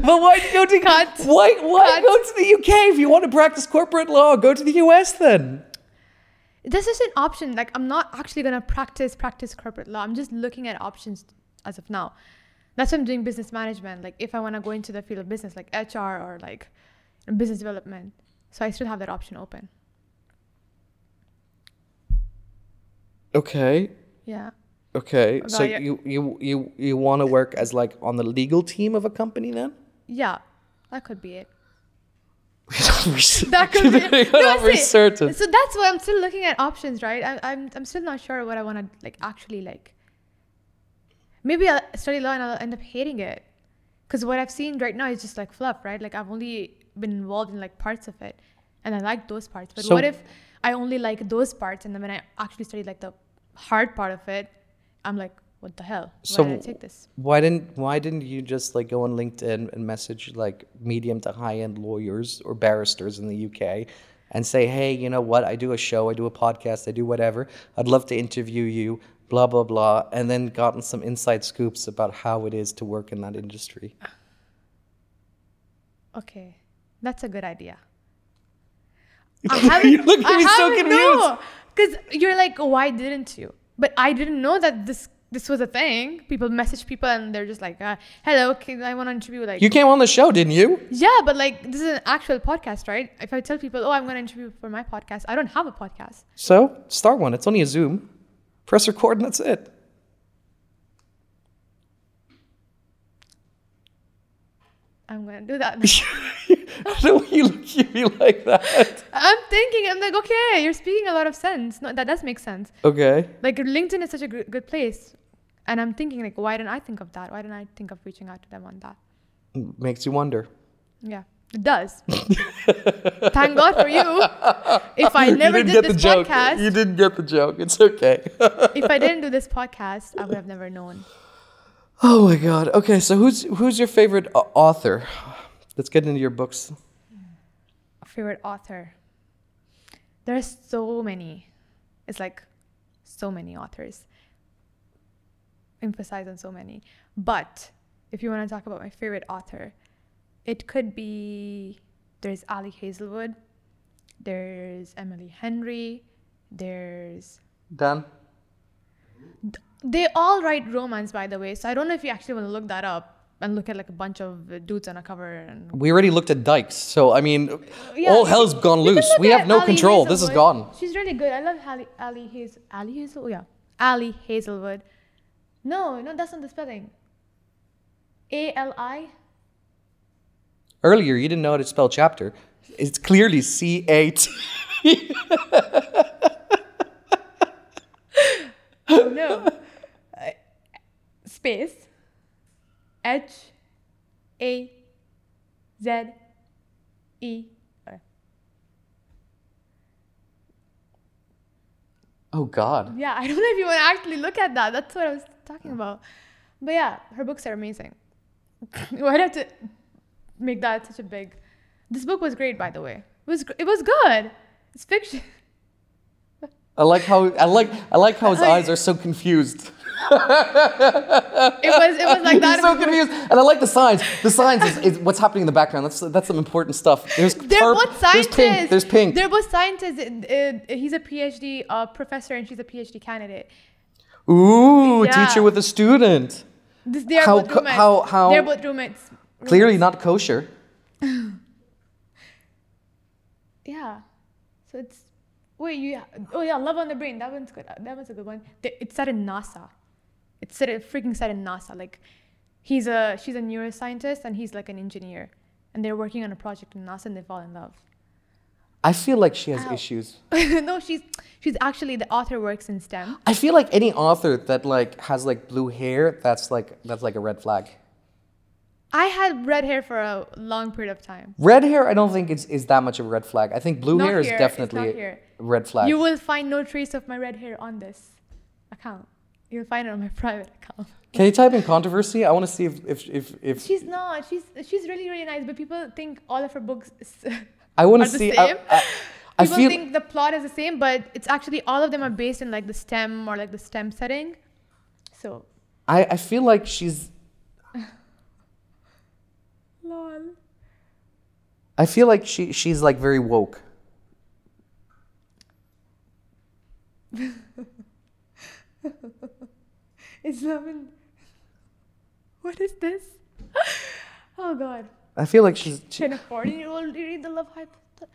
[SPEAKER 2] why do you go to
[SPEAKER 1] Cut.
[SPEAKER 2] Why why
[SPEAKER 1] Cut.
[SPEAKER 2] go to the UK if you want to practice corporate law? Go to the US then.
[SPEAKER 1] This is an option. Like, I'm not actually gonna practice practice corporate law. I'm just looking at options as of now. That's why I'm doing business management. Like, if I wanna go into the field of business, like HR or like business development, so I still have that option open.
[SPEAKER 2] Okay.
[SPEAKER 1] Yeah.
[SPEAKER 2] Okay.
[SPEAKER 1] Well,
[SPEAKER 2] So
[SPEAKER 1] yeah.
[SPEAKER 2] you you you you want to work as like on the legal team of a company then? [LAUGHS]
[SPEAKER 1] Yeah, that could be it.
[SPEAKER 2] that
[SPEAKER 1] That could be. [LAUGHS]
[SPEAKER 2] [LAUGHS] We're
[SPEAKER 1] No,
[SPEAKER 2] not
[SPEAKER 1] see,
[SPEAKER 2] very certain.
[SPEAKER 1] So that's why I'm still looking at options, right? I, I'm I'm still not sure what I want to like actually like. Maybe I'll study law and I'll end up hating it, because what I've seen right now is just like fluff, right? Like I've only been involved in like parts of it, and I like those parts. But
[SPEAKER 2] So-
[SPEAKER 1] what if I only like those parts, and then when I actually study like the hard part of it, I'm like, what the hell? Why
[SPEAKER 2] So-
[SPEAKER 1] did I take this?
[SPEAKER 2] Why didn't why didn't you just like go on LinkedIn and message like medium to high end lawyers or barristers in the UK and say, hey, you know what? I do a show, I do a podcast, I do whatever. I'd love to interview you, blah blah blah, and then gotten some inside scoops about how it is to work in that industry.
[SPEAKER 1] Okay, that's a good idea. I haven't.
[SPEAKER 2] You look at
[SPEAKER 1] I
[SPEAKER 2] me so
[SPEAKER 1] haven't, no, because you're like, why didn't you? But I didn't know that this this was a thing. People message people and they're just like, uh, hello, can I want to interview like.
[SPEAKER 2] You came on the show, didn't you?
[SPEAKER 1] yeah, but like this is an actual podcast, right? If I tell people, oh, I'm going to interview for my podcast, I don't have a podcast.
[SPEAKER 2] So start one. It's only a Zoom. Press record and that's it. [LAUGHS]
[SPEAKER 1] I'm going to do that.
[SPEAKER 2] I don't want you look at me like that.
[SPEAKER 1] I'm thinking, I'm like, okay, you're speaking a lot of sense. No, that does make sense.
[SPEAKER 2] Okay.
[SPEAKER 1] Like LinkedIn is such a good, good place. And I'm thinking, like, why didn't I think of that? Why didn't I think of reaching out to them on that?
[SPEAKER 2] Makes you wonder.
[SPEAKER 1] Yeah, it
[SPEAKER 2] [LAUGHS]
[SPEAKER 1] does. Thank God for you. If I
[SPEAKER 2] You
[SPEAKER 1] never
[SPEAKER 2] didn't
[SPEAKER 1] did
[SPEAKER 2] get
[SPEAKER 1] this
[SPEAKER 2] the joke. You
[SPEAKER 1] podcast,
[SPEAKER 2] didn't get the joke. It's okay. [LAUGHS]
[SPEAKER 1] if I didn't do this podcast, I would have never known.
[SPEAKER 2] oh my god. Okay, so who's who's your favorite uh, author? Let's get into your books.
[SPEAKER 1] Favorite author? There's so many. It's like so many authors. Emphasize on so many. But if you want to talk about my favorite author, it could be there's Ali Hazelwood, there's Emily Henry, there's
[SPEAKER 2] Dan.
[SPEAKER 1] They all write romance, by the way. So I don't know if you actually want to look that up and look at like a bunch of uh, dudes on a cover. And
[SPEAKER 2] We already looked at Dykes, so I mean,
[SPEAKER 1] Yeah.
[SPEAKER 2] all hell's gone
[SPEAKER 1] You can
[SPEAKER 2] loose.
[SPEAKER 1] look
[SPEAKER 2] We
[SPEAKER 1] at
[SPEAKER 2] have no
[SPEAKER 1] Ally
[SPEAKER 2] control. This is
[SPEAKER 1] Hazelwood.
[SPEAKER 2] gone.
[SPEAKER 1] She's really good. I love Ali, Ali Hazel. Ali Hazel. oh, Yeah, Ali Hazelwood. No, no, that's not the spelling. A L I.
[SPEAKER 2] Earlier, you didn't know how to spell chapter. It's clearly C A T.
[SPEAKER 1] Oh no.
[SPEAKER 2] [LAUGHS]
[SPEAKER 1] Uh, Space. H. A. Z. E. Uh,
[SPEAKER 2] [LAUGHS] Oh God.
[SPEAKER 1] Yeah, [LAUGHS] I don't know if you want to actually look at that. That's what I was talking about. But yeah, her books are amazing. [LAUGHS] Why did to make that such a big? This book was great, by the way. It was gr- it was good. It's fiction. [LAUGHS]
[SPEAKER 2] I like how I like I like
[SPEAKER 1] [LAUGHS]
[SPEAKER 2] how his eyes are so confused.
[SPEAKER 1] It was it was [LAUGHS]
[SPEAKER 2] [LAUGHS]
[SPEAKER 1] like that.
[SPEAKER 2] He's so confused, and I like the signs. The signs is, is what's happening in the background. That's that's some important stuff. There's
[SPEAKER 1] There
[SPEAKER 2] purp-
[SPEAKER 1] was scientists.
[SPEAKER 2] There's pink. There's pink.
[SPEAKER 1] There was scientists. uh, uh, he's a PhD uh, professor and she's a PhD candidate.
[SPEAKER 2] Ooh,
[SPEAKER 1] Yeah.
[SPEAKER 2] teacher with a student.
[SPEAKER 1] This, they are
[SPEAKER 2] How
[SPEAKER 1] both
[SPEAKER 2] co-
[SPEAKER 1] roommates.
[SPEAKER 2] how- how-
[SPEAKER 1] They're both roommates.
[SPEAKER 2] Clearly not kosher.
[SPEAKER 1] Yeah. So it's wait you oh yeah love on the brain that one's good that one's a good one. Th- It's set in NASA. It's set it freaking set in NASA. Like he's a she's a neuroscientist and he's like an engineer, and they're working on a project in NASA and they fall in love. [LAUGHS]
[SPEAKER 2] I feel like she has
[SPEAKER 1] Ow.
[SPEAKER 2] issues.
[SPEAKER 1] no, she's she's actually the author works in STEM.
[SPEAKER 2] I feel like any author that like has like blue hair, that's like that's like a red flag.
[SPEAKER 1] I had red hair for a long period of time.
[SPEAKER 2] Red hair, I don't think it's is that much of a red flag. I think blue
[SPEAKER 1] Not
[SPEAKER 2] hair is
[SPEAKER 1] here, it's
[SPEAKER 2] definitely
[SPEAKER 1] not here.
[SPEAKER 2] a red flag.
[SPEAKER 1] You will find no trace of my red hair on this account. You'll find it on my [LAUGHS] private account.
[SPEAKER 2] Can you type in controversy? I want to see if if if, if
[SPEAKER 1] She's not. She's she's really really nice, but people think all of her books. s- [LAUGHS]
[SPEAKER 2] I want
[SPEAKER 1] are
[SPEAKER 2] to
[SPEAKER 1] the
[SPEAKER 2] see.
[SPEAKER 1] same. [LAUGHS]
[SPEAKER 2] I, I, I
[SPEAKER 1] People
[SPEAKER 2] feel
[SPEAKER 1] think the plot is the same, but it's actually all of them are based in like the STEM or like the STEM setting. So,
[SPEAKER 2] I, I feel like she's.
[SPEAKER 1] lol.
[SPEAKER 2] I feel like she she's like very woke.
[SPEAKER 1] It's love and what is this? [LAUGHS] oh God!
[SPEAKER 2] I feel like she's. She,
[SPEAKER 1] Can a fourteen-year-old read the love hypo-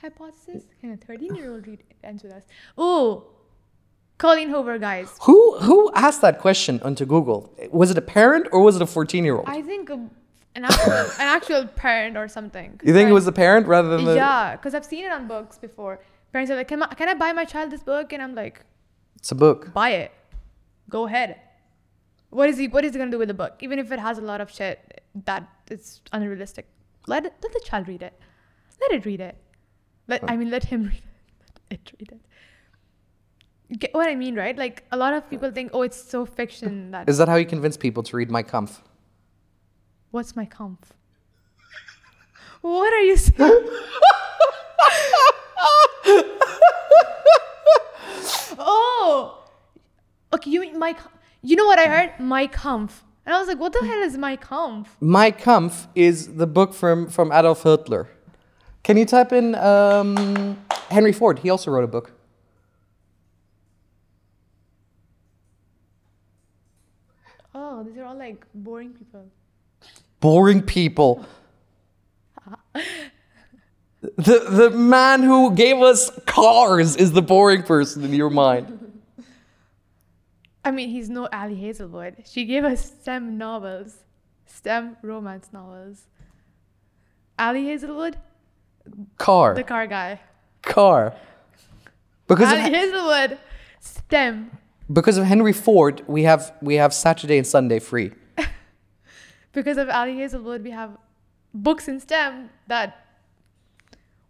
[SPEAKER 1] hypothesis? Can a thirteen-year-old read Ends with Us? Ooh, Colleen Hoover, guys.
[SPEAKER 2] who who asked that question onto Google? Was it a parent or was it a fourteen year old?
[SPEAKER 1] I think um, an actual an actual parent or something.
[SPEAKER 2] You think
[SPEAKER 1] Right.
[SPEAKER 2] it was the parent rather than the?
[SPEAKER 1] Yeah, because I've seen it on books before. Parents are like, can, I- can I buy my child this book? And I'm like,
[SPEAKER 2] It's a book.
[SPEAKER 1] buy it. Go ahead. What is he What is he gonna do with the book? Even if it has a lot of shit that is unrealistic, let it, let the child read it. Let it read it. Let I mean, let him [LAUGHS] read it. Let it read it. You Get what I mean, right? Like a lot of people think, oh, it's so fiction that.
[SPEAKER 2] Is that how you convince people to read my Kampf?
[SPEAKER 1] What's my comf? What are you saying? [LAUGHS] oh, okay. You mean my? com- You know what I heard? My comf, and I was like, what the hell is my comf?
[SPEAKER 2] My Kampf is the book from from Adolf Hitler. Can you type in um, Henry Ford? He also wrote a book.
[SPEAKER 1] Oh, these are all like boring people.
[SPEAKER 2] boring
[SPEAKER 1] [LAUGHS]
[SPEAKER 2] people. The, the man who gave us cars is the boring person in your mind.
[SPEAKER 1] I mean, he's no Ally Hazelwood. She gave us STEM novels, STEM romance novels. Ally Hazelwood,
[SPEAKER 2] Car.
[SPEAKER 1] the car guy.
[SPEAKER 2] car. Because of,
[SPEAKER 1] Ally Hazelwood, STEM.
[SPEAKER 2] because of Henry Ford, we have we have Saturday and Sunday free.
[SPEAKER 1] because of Ali Hazelwood, we have books in STEM that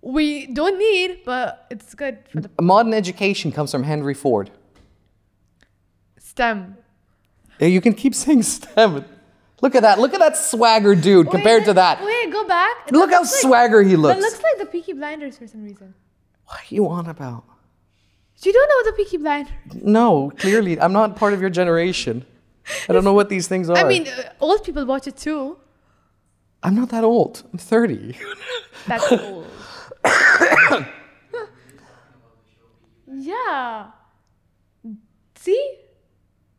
[SPEAKER 1] we don't need, but it's good for the
[SPEAKER 2] Modern education comes from Henry Ford.
[SPEAKER 1] STEM.
[SPEAKER 2] Yeah, Eh, You can keep saying STEM. Look at that. Look at that swagger dude compared
[SPEAKER 1] Wait,
[SPEAKER 2] to that.
[SPEAKER 1] Wait, go back.
[SPEAKER 2] Look how swagger he
[SPEAKER 1] That
[SPEAKER 2] looks.
[SPEAKER 1] looks like the Peaky Blinders for some reason.
[SPEAKER 2] What are you on about?
[SPEAKER 1] You don't know the Peaky Blinders.
[SPEAKER 2] No, clearly I'm not part of your generation. I don't know what these things are.
[SPEAKER 1] [LAUGHS] I mean, uh, old people watch it too.
[SPEAKER 2] I'm not that old. I'm 30. [COUGHS]
[SPEAKER 1] That's old. [COUGHS] yeah. See?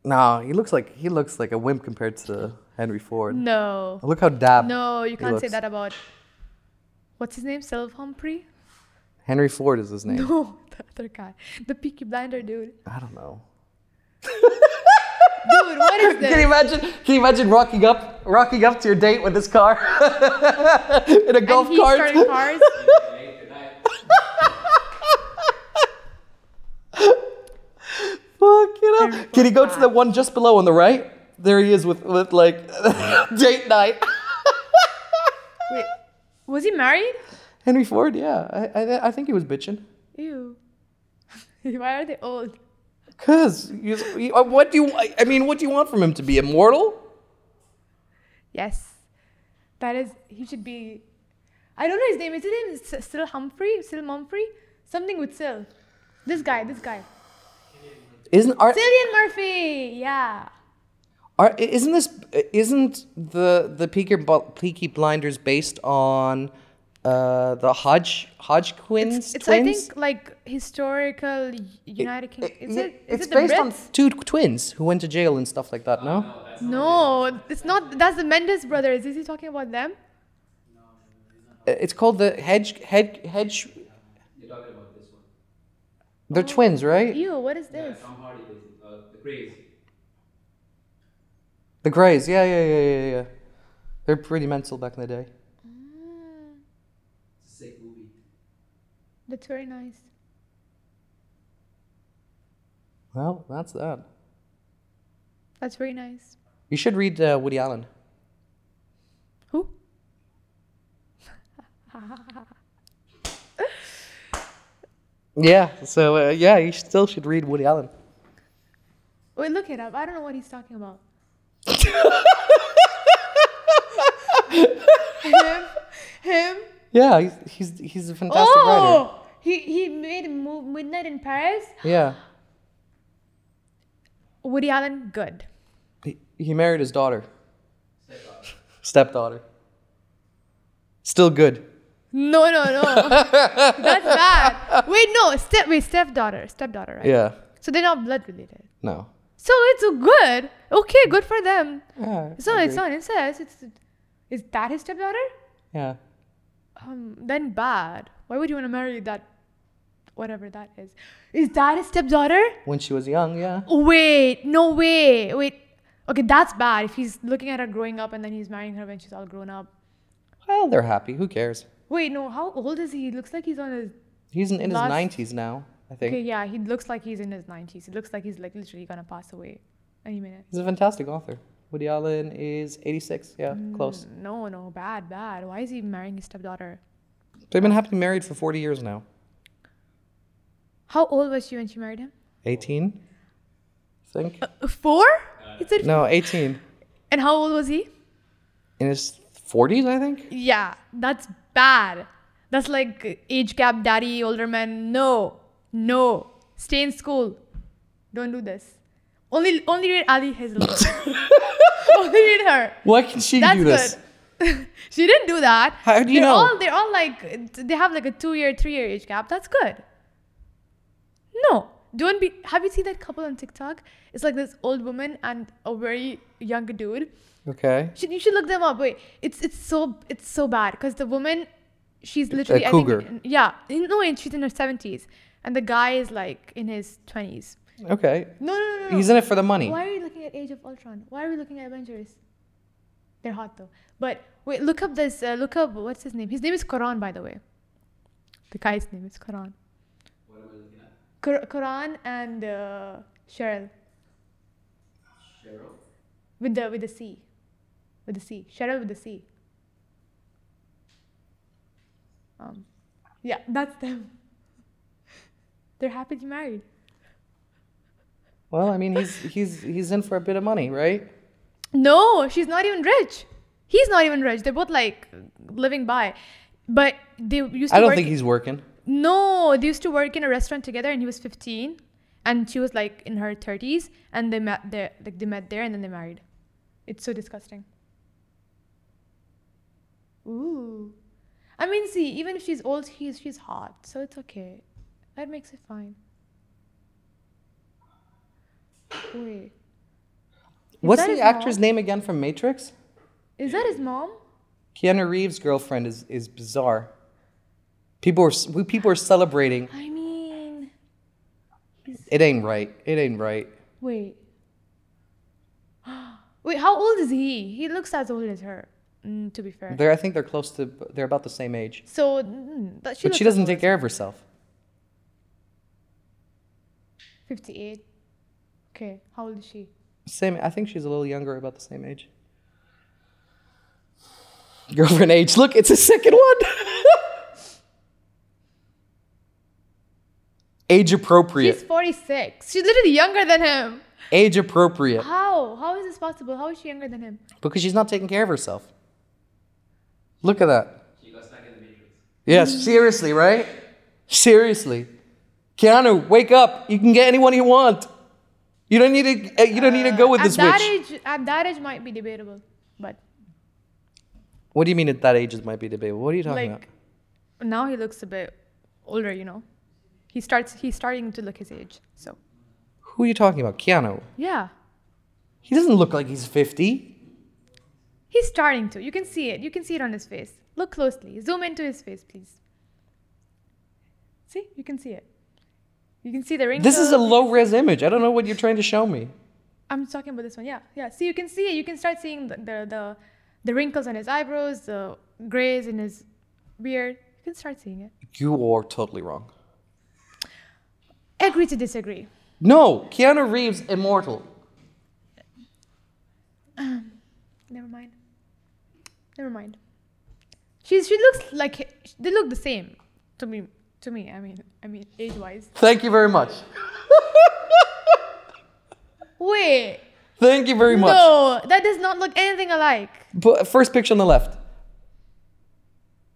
[SPEAKER 2] Nah, he looks like he looks like a wimp compared to Henry Ford.
[SPEAKER 1] No.
[SPEAKER 2] Look how dab
[SPEAKER 1] No, you
[SPEAKER 2] he
[SPEAKER 1] can't say
[SPEAKER 2] looks.
[SPEAKER 1] that about. What's his name? Sylv Humphrey?
[SPEAKER 2] Henry Ford is his name.
[SPEAKER 1] [LAUGHS] No, the other guy. The Peaky Blinder dude.
[SPEAKER 2] I don't know.
[SPEAKER 1] Dude, what
[SPEAKER 2] [LAUGHS]
[SPEAKER 1] is
[SPEAKER 2] Can you
[SPEAKER 1] this?
[SPEAKER 2] imagine? Can you imagine rocking up, rocking up to your date with this car [LAUGHS] in a golf
[SPEAKER 1] and he's
[SPEAKER 2] cart?
[SPEAKER 1] starting cars.
[SPEAKER 2] [LAUGHS] Fuck you know.
[SPEAKER 1] Henry
[SPEAKER 2] Can you go
[SPEAKER 1] Ford's
[SPEAKER 2] to the one just below on the right? There he is with with like [LAUGHS] date night.
[SPEAKER 1] Wait, was he married?
[SPEAKER 2] Henry Ford, yeah, I, I, I think he was bitching.
[SPEAKER 1] Ew. [LAUGHS] Why are they old?
[SPEAKER 2] Cause uh, you, you- what do you? I mean, what do you want from him to be immortal?
[SPEAKER 1] Yes. That is, he should be. I don't know his name. Is his name S- Sil Humphrey? Sil Mumphrey? Something with Sil. This guy, this guy.
[SPEAKER 2] Isn't Ar-
[SPEAKER 1] Cillian Murphy! Yeah.
[SPEAKER 2] Are, isn't this isn't the the Peaky, Bl- Peaky Blinders based on uh, the Hodge Hodgkins
[SPEAKER 1] It's, it's I
[SPEAKER 2] twins?
[SPEAKER 1] think, like, historical y- United Kingdom. Is it, is
[SPEAKER 2] it's
[SPEAKER 1] it the
[SPEAKER 2] based on
[SPEAKER 1] Brits?
[SPEAKER 2] two twins who went to jail and stuff like that. No,
[SPEAKER 3] Uh,
[SPEAKER 1] No, it's not. That's the Mendes brothers. Is he talking about them?
[SPEAKER 2] Uh, it's called the Hedge Hedge Hedge.
[SPEAKER 3] You're talking about this one.
[SPEAKER 2] They're
[SPEAKER 1] Oh.
[SPEAKER 2] twins, right?
[SPEAKER 1] Ew, what is this?
[SPEAKER 3] Yeah, Tom Hardy is uh, the craze.
[SPEAKER 2] The Greys. Yeah, yeah, yeah, yeah, yeah. They're pretty mental back in the day.
[SPEAKER 3] It's a sick movie.
[SPEAKER 1] That's very nice.
[SPEAKER 2] Well, that's that.
[SPEAKER 1] That's very nice.
[SPEAKER 2] You should read uh, Woody Allen.
[SPEAKER 1] Who?
[SPEAKER 2] Yeah. So uh, yeah, you still should read Woody Allen.
[SPEAKER 1] Wait, look it up. I don't know what he's talking [LAUGHS] about. him, him.
[SPEAKER 2] Yeah, he's he's, he's a fantastic writer.
[SPEAKER 1] Oh, he he made a mo- Midnight in Paris.
[SPEAKER 2] Yeah.
[SPEAKER 1] Woody Allen, good.
[SPEAKER 2] He, he married his daughter. Stepdaughter. Still good.
[SPEAKER 1] No, no, no. [LAUGHS] That's bad. Wait, no. Step, wait, stepdaughter, stepdaughter, right?
[SPEAKER 2] Yeah.
[SPEAKER 1] So they're not blood related.
[SPEAKER 2] No.
[SPEAKER 1] So it's good. Okay, good for them.
[SPEAKER 2] Yeah.
[SPEAKER 1] It's not. It's
[SPEAKER 2] agreed.
[SPEAKER 1] not incest. It's. Is that his stepdaughter?
[SPEAKER 2] Yeah.
[SPEAKER 1] Um, then bad. Why would you want to marry that? Whatever that is. Is that his stepdaughter?
[SPEAKER 2] When she was young, yeah.
[SPEAKER 1] Wait, no way. Wait. Okay, that's bad. If he's looking at her growing up and then he's marrying her when she's all grown up.
[SPEAKER 2] Well, they're happy. Who cares?
[SPEAKER 1] Wait, no. How old is he? He looks like he's on his.
[SPEAKER 2] He's in, in his
[SPEAKER 1] Last-
[SPEAKER 2] nineties now. I think
[SPEAKER 1] Okay, yeah. He looks like he's in his nineties. He looks like he's like literally gonna pass away any minute.
[SPEAKER 2] he's a fantastic author. Woody Allen is eighty-six. Yeah,
[SPEAKER 1] Mm.
[SPEAKER 2] close.
[SPEAKER 1] No, no, bad, bad. Why is he marrying his stepdaughter?
[SPEAKER 2] They've been happily married for forty years now.
[SPEAKER 1] How old was she when she married him?
[SPEAKER 2] Eighteen, I think.
[SPEAKER 1] Uh, Four? He said.
[SPEAKER 2] No, eighteen.
[SPEAKER 1] And how old was he?
[SPEAKER 2] In his forties, I think.
[SPEAKER 1] [LAUGHS] Yeah, that's bad. That's like age gap daddy, older man. No, no. Stay in school. Don't do this. Only only read Ali Hazel.
[SPEAKER 2] [LAUGHS]
[SPEAKER 1] only read her.
[SPEAKER 2] Why can she
[SPEAKER 1] That's
[SPEAKER 2] do this?
[SPEAKER 1] good. [LAUGHS] she didn't do that.
[SPEAKER 2] How do you
[SPEAKER 1] they're
[SPEAKER 2] know?
[SPEAKER 1] All, they're all like they have like a two year, three year age gap. That's good. No. Don't be have you seen that couple on TikTok? It's like this old woman and a very young dude
[SPEAKER 2] Okay.
[SPEAKER 1] should, you should look them up. Wait, it's it's so it's so bad because the woman, she's
[SPEAKER 2] a
[SPEAKER 1] literally I think-
[SPEAKER 2] cougar.
[SPEAKER 1] yeah, in- no, and she's in her seventies, and the guy is like in his twenties.
[SPEAKER 2] Okay.
[SPEAKER 1] No, no, no, no.
[SPEAKER 2] He's in it for the money.
[SPEAKER 1] Why are we looking at Age of Ultron? Why are we looking at Avengers? They're hot though. But wait, look up this. Uh, look up what's his name? His name is Quran, by the way. The guy's name is Quran.
[SPEAKER 3] What am I looking at?
[SPEAKER 1] Qur- Quran and uh, Cheryl
[SPEAKER 3] Cheryl?
[SPEAKER 1] with the with the C, with the C. Cheryl with the C. Um, yeah, that's them. [LAUGHS] They're happily married.
[SPEAKER 2] Well, I mean, he's he's he's in for a bit of money, right?
[SPEAKER 1] No, she's not even rich. He's not even rich. They're both like living by, but they used to.
[SPEAKER 2] I don't
[SPEAKER 1] work
[SPEAKER 2] think he's working.
[SPEAKER 1] No, they used to work in a restaurant together, and he was fifteen, and she was like in her thirties, and they met there, like they met there, and then they married. It's so disgusting. Ooh, I mean, see, even if she's old, he's she's hot, so it's okay. That makes it fine. Wait,
[SPEAKER 2] What's
[SPEAKER 1] that
[SPEAKER 2] the
[SPEAKER 1] his
[SPEAKER 2] actor's
[SPEAKER 1] mom?
[SPEAKER 2] name again from Matrix?
[SPEAKER 1] is that his mom?
[SPEAKER 2] Keanu Reeves' girlfriend is, is bizarre. People are s- we- people are celebrating.
[SPEAKER 1] I mean,
[SPEAKER 2] It ain't right. It ain't right.
[SPEAKER 1] wait. [GASPS] Wait, how old is he? He looks as old as her. Mm, to be fair.
[SPEAKER 2] They're I think they're close to they're about the same age.
[SPEAKER 1] So mm, that she,
[SPEAKER 2] But she
[SPEAKER 1] looks
[SPEAKER 2] doesn't take care of herself.
[SPEAKER 1] fifty-eight. Okay, how old is she?
[SPEAKER 2] Same. I think she's a little younger, about the same age. Girlfriend age. Look, it's a second one. [LAUGHS] age appropriate.
[SPEAKER 1] She's forty-six. She's literally younger than him.
[SPEAKER 2] Age appropriate.
[SPEAKER 1] How? How is this possible? How is she younger than him?
[SPEAKER 2] Because she's not taking care of herself. Look at that.
[SPEAKER 3] She got stuck in the matrix.
[SPEAKER 2] Yes, seriously, right? Seriously. Keanu, wake up. You can get anyone you want. You don't need to uh, you don't need to go with
[SPEAKER 1] at
[SPEAKER 2] this
[SPEAKER 1] that
[SPEAKER 2] witch.
[SPEAKER 1] age, at that age, might be debatable, but
[SPEAKER 2] What do you mean at that age it might be debatable? What are you talking about?
[SPEAKER 1] like now he looks a bit older. You know, he starts he's starting to look his age. So
[SPEAKER 2] Who are you talking about? Keanu.
[SPEAKER 1] yeah,
[SPEAKER 2] He doesn't look like he's 50.
[SPEAKER 1] he's starting to. You can see it. You can see it on his face. Look closely. Zoom into his face, please. See, you can see it. You can see the ring.
[SPEAKER 2] This is a low res image. I don't know what you're trying to show me.
[SPEAKER 1] I'm talking about this one. Yeah, yeah. See, you can see it. You can start seeing the the the, the wrinkles on his eyebrows, the grays in his beard. You can start seeing it.
[SPEAKER 2] You are totally wrong.
[SPEAKER 1] Agree to disagree.
[SPEAKER 2] No, Keanu Reeves immortal.
[SPEAKER 1] Never mind. Never mind. She's she looks like h- they look the same to me. To me, I mean, I mean, age wise.
[SPEAKER 2] Thank you very much.
[SPEAKER 1] Wait,
[SPEAKER 2] Thank you very much.
[SPEAKER 1] no, that does not look anything alike.
[SPEAKER 2] Bu- first picture on the left.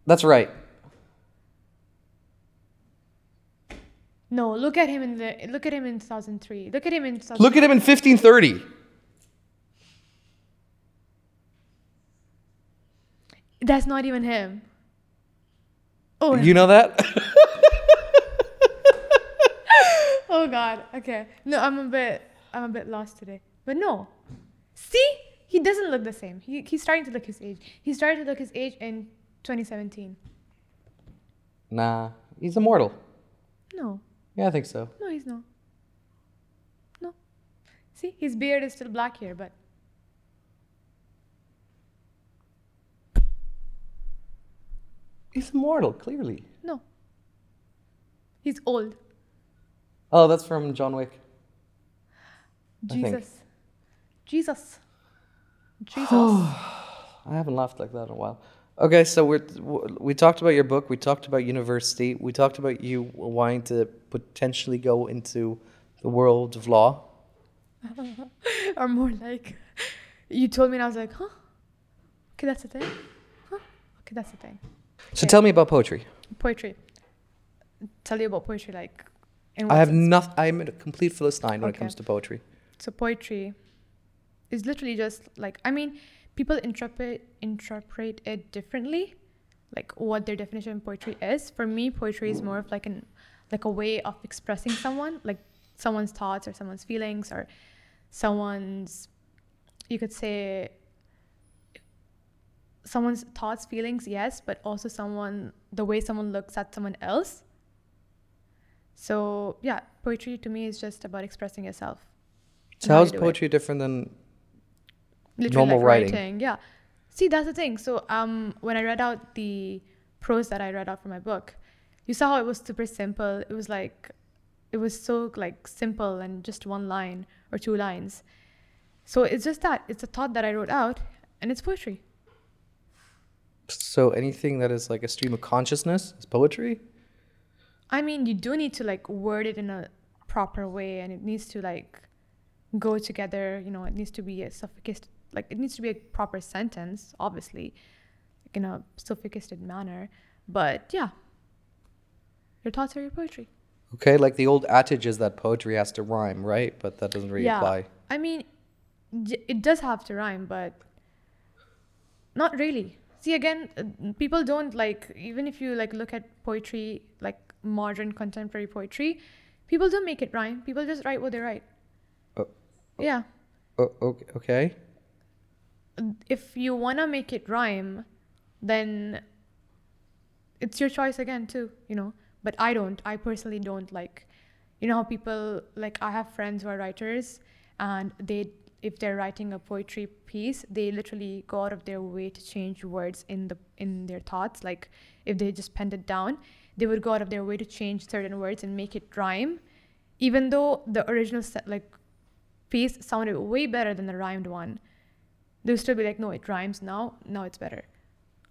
[SPEAKER 2] That's right.
[SPEAKER 1] No, look at him in the look at him in 2003. Look at him in 2000.
[SPEAKER 2] Look at him in 1530.
[SPEAKER 1] That's not even him. Oh,
[SPEAKER 2] You know that? [LAUGHS]
[SPEAKER 1] oh God. Okay. No, I'm a bit I'm a bit lost today. But no, see, he doesn't look the same. He, he's starting to look his age. He started to look his age in 2017.
[SPEAKER 2] nah, he's immortal.
[SPEAKER 1] No.
[SPEAKER 2] Yeah, I think so.
[SPEAKER 1] No, he's not. No. See, his beard is still black here, but.
[SPEAKER 2] He's immortal, clearly.
[SPEAKER 1] No. He's old.
[SPEAKER 2] Oh, that's from John Wick. I think.
[SPEAKER 1] Jesus. Jesus. Jesus. [LAUGHS]
[SPEAKER 2] [SIGHS] I haven't laughed like that in a while. Okay, so we're, w- we talked about your book. We talked about university. We talked about you wanting to potentially go into the world of law.
[SPEAKER 1] or more like, you told me, and I was like, huh? Okay, that's the thing. Huh? Okay, that's the thing.
[SPEAKER 2] So tell me about poetry.
[SPEAKER 1] Poetry. Tell you about poetry, like. In
[SPEAKER 2] I
[SPEAKER 1] what
[SPEAKER 2] have
[SPEAKER 1] sense?
[SPEAKER 2] nothing. I'm a complete philistine when it
[SPEAKER 1] Okay.
[SPEAKER 2] comes to poetry.
[SPEAKER 1] so poetry is literally just like i mean people interpret interpret it differently like what their definition of poetry is for me poetry is more of like an like a way of expressing someone like someone's thoughts or someone's feelings or someone's you could say someone's thoughts feelings yes but also someone the way someone looks at someone else so yeah poetry to me is just about expressing yourself
[SPEAKER 2] So
[SPEAKER 1] how
[SPEAKER 2] how is
[SPEAKER 1] you do it.
[SPEAKER 2] poetry different than?
[SPEAKER 1] literally
[SPEAKER 2] Normal
[SPEAKER 1] like
[SPEAKER 2] writing.
[SPEAKER 1] writing. Yeah. See, that's the thing. So um, when I read out the prose that I read out from my book, you saw how it was super simple. It was like, it was so like simple and just one line or two lines. So it's just that it's a thought that I wrote out, and it's poetry.
[SPEAKER 2] So anything that is like a stream of consciousness is poetry.
[SPEAKER 1] I mean, you do need to like word it in a proper way, and it needs to like go together. You know, it needs to be a suffocated, like it needs to be a proper sentence, obviously, like in a suffocated manner. But yeah, your thoughts are your poetry.
[SPEAKER 2] Okay, like the old adage is that poetry has to rhyme, right? But that doesn't really apply.
[SPEAKER 1] I mean, j- it does have to rhyme, but not really. See, again, uh, people don't like, even if you like look at poetry, like modern contemporary poetry, people don't make it rhyme. People just write what they write.
[SPEAKER 2] Oh.
[SPEAKER 1] Yeah.
[SPEAKER 2] O- o- okay.
[SPEAKER 1] If you want to make it rhyme, then it's your choice again, too, you know. But I don't. I personally don't like, you know, how people, like, I have friends who are writers and they, if they're writing a poetry piece, they literally go out of their way to change words in the in their thoughts. Like, if they just penned it down, they would go out of their way to change certain words and make it rhyme, even though the original se- like piece sounded way better than the rhymed one. They'll still be like, no, it rhymes now. Now it's better.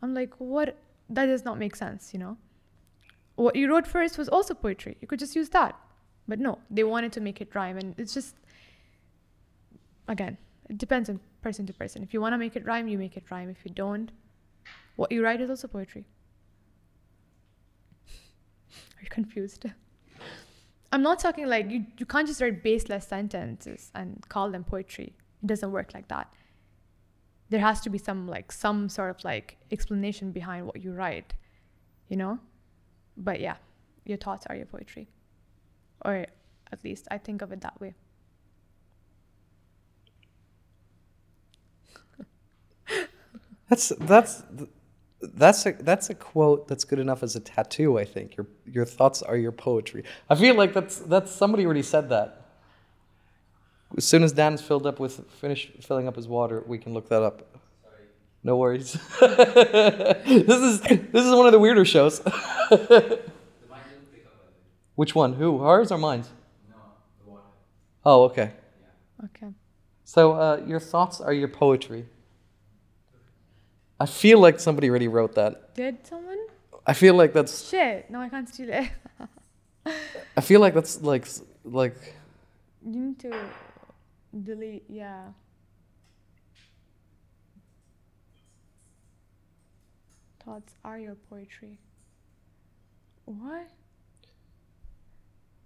[SPEAKER 1] I'm like, what? That does not make sense, you know? What you wrote first was also poetry. You could just use that. But no, they wanted to make it rhyme. And it's just, again, it depends on person to person. If you want to make it rhyme, you make it rhyme. If you don't, What you write is also poetry. [LAUGHS] Are you confused? [LAUGHS] I'm not talking like you, you can't just write baseless sentences and call them poetry. It doesn't work like that. There has to be some like some sort of like explanation behind what you write, you know? But yeah, your thoughts are your poetry. Or at least I think of it that way.
[SPEAKER 2] That's that's that's a that's a quote that's good enough as a tattoo. I think your your thoughts are your poetry. I feel like that's that's somebody already said that. As soon as Dan's filled up with finished filling up his water, we can look that up. No worries. [LAUGHS] this is this is one of the weirder shows. [LAUGHS] Which one? Who? Ours or mine? Oh, okay.
[SPEAKER 1] Okay.
[SPEAKER 2] So uh, your thoughts are your poetry. I feel like somebody already wrote that.
[SPEAKER 1] Did someone?
[SPEAKER 2] I feel like that's.
[SPEAKER 1] Shit. No, I can't steal it. [LAUGHS]
[SPEAKER 2] I feel like that's like like.
[SPEAKER 1] you need to delete. Yeah. Thoughts are your poetry. What?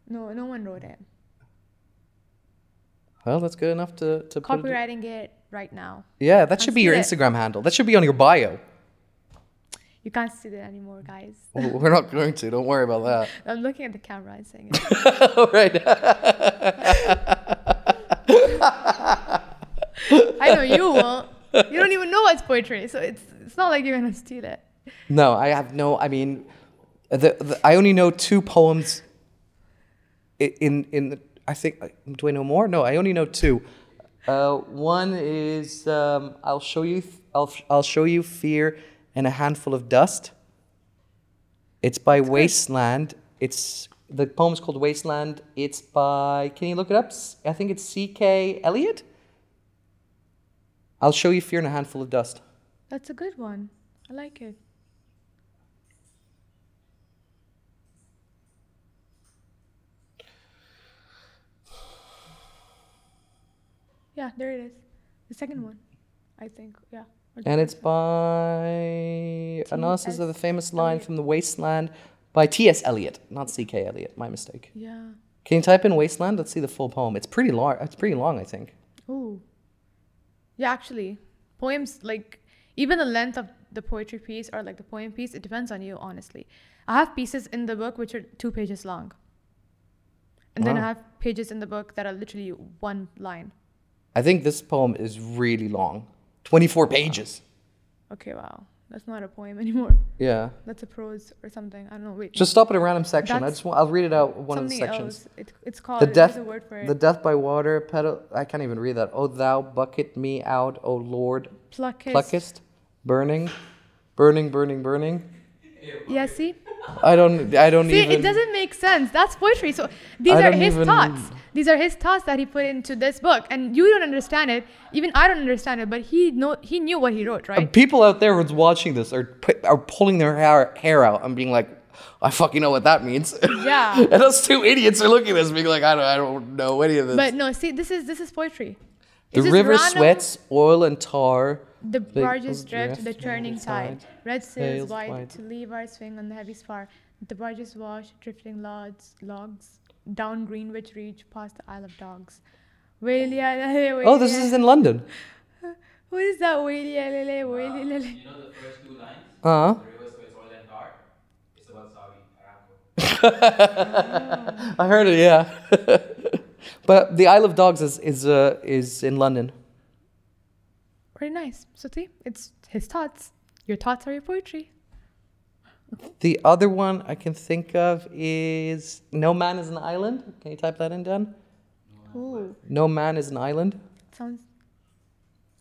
[SPEAKER 1] No, no one wrote it.
[SPEAKER 2] Well, that's good enough to to put it-
[SPEAKER 1] Copywriting it right now.
[SPEAKER 2] Yeah, that should
[SPEAKER 1] Can't
[SPEAKER 2] be
[SPEAKER 1] steal
[SPEAKER 2] your
[SPEAKER 1] it.
[SPEAKER 2] Instagram handle. That should be on your bio.
[SPEAKER 1] You can't steal it anymore, guys.
[SPEAKER 2] We're not going to. Don't worry about that.
[SPEAKER 1] I'm looking at the camera and saying it.
[SPEAKER 2] All right. [LAUGHS]
[SPEAKER 1] I know you won't. You don't even know what's poetry, so it's it's not like you're gonna steal it.
[SPEAKER 2] No, I have no. I mean, the, the, I only know two poems. i- In in the, I think do I know more? No, I only know two. Uh, one is um, I'll show you. f- I'll I'll show you fear and a handful of dust. It's by Wasteland. It's the poem's called Wasteland. It's by can you look it up? S- I think it's C.K. Elliot. I'll show you fear and a handful of dust.
[SPEAKER 1] That's a good one. I like it. Yeah, there it is. The second one, I think. Yeah. Or the
[SPEAKER 2] And it's
[SPEAKER 1] first
[SPEAKER 2] by analysis of the famous line
[SPEAKER 1] Eliot.
[SPEAKER 2] from The Wasteland by T.S. Eliot, not C.K. Eliot. My mistake.
[SPEAKER 1] one. Yeah.
[SPEAKER 2] Can you type in Wasteland? Let's see the full poem. It's pretty long. It's pretty long, I think.
[SPEAKER 1] Ooh. Yeah, actually, poems like even the length of the poetry piece or like the poem piece, it depends on you, honestly. I have pieces in the book which are two pages long. And then I
[SPEAKER 2] Wow.
[SPEAKER 1] have pages in the book that are literally one line.
[SPEAKER 2] I think this poem is really long. 24 pages.
[SPEAKER 1] Okay, wow. That's not a poem [LAUGHS] anymore.
[SPEAKER 2] Yeah.
[SPEAKER 1] That's a prose or something. I don't know. Wait.
[SPEAKER 2] Just stop at a random section. I
[SPEAKER 1] That's
[SPEAKER 2] just want, I'll read it out one of the
[SPEAKER 1] something
[SPEAKER 2] sections.
[SPEAKER 1] else. It, it's called
[SPEAKER 2] The death,
[SPEAKER 1] there's a word for it.
[SPEAKER 2] the death by water, pedal. I can't even read that. O thou bucket me out, O Lord,
[SPEAKER 1] Pluckest.
[SPEAKER 2] pluckest, burning, burning, burning, burning.
[SPEAKER 1] Yeah, see?
[SPEAKER 2] I don't, I don't
[SPEAKER 1] See,
[SPEAKER 2] even.
[SPEAKER 1] it doesn't make sense. That's poetry. So these
[SPEAKER 2] I
[SPEAKER 1] are
[SPEAKER 2] don't
[SPEAKER 1] his
[SPEAKER 2] even-
[SPEAKER 1] thoughts. These are his thoughts that he put into this book, and you don't understand it. Even I don't understand it. But he know he knew what he wrote,
[SPEAKER 2] And
[SPEAKER 1] right?
[SPEAKER 2] people out there who's watching this are pu- are pulling their hair, hair out and being like, I fucking know what that means.
[SPEAKER 1] Yeah.
[SPEAKER 2] [LAUGHS] and us two idiots are looking at us being like, I don't, I don't know any of this.
[SPEAKER 1] But no, see, this is this is poetry.
[SPEAKER 2] the
[SPEAKER 1] It's just
[SPEAKER 2] river
[SPEAKER 1] random-
[SPEAKER 2] sweats oil and tar.
[SPEAKER 1] The
[SPEAKER 2] Big
[SPEAKER 1] barges
[SPEAKER 2] of
[SPEAKER 1] drift, the
[SPEAKER 2] drift
[SPEAKER 1] churning
[SPEAKER 2] inside.
[SPEAKER 1] tide. Red sails
[SPEAKER 2] Sails
[SPEAKER 1] white
[SPEAKER 2] wide.
[SPEAKER 1] to leeward swing on the heavy spar. The barges wash, drifting logs, logs down Greenwich Reach past the Isle of Dogs. Wailia,
[SPEAKER 2] Oh, this is in London.
[SPEAKER 1] what is that? Wailia, wailia,
[SPEAKER 3] You know the first two lines?
[SPEAKER 2] Uh huh.
[SPEAKER 3] The river sweats oil and tar. It's about Saudi Aramco.
[SPEAKER 2] [LAUGHS] I heard it, yeah. but the Isle of Dogs is is uh, is in London.
[SPEAKER 1] Very nice. So see, it's his thoughts. Your thoughts are your poetry.
[SPEAKER 2] The other one I can think of is No Man is an Island. Can you type that in, Dan?
[SPEAKER 1] Ooh,
[SPEAKER 2] No Man is an Island.
[SPEAKER 1] sounds.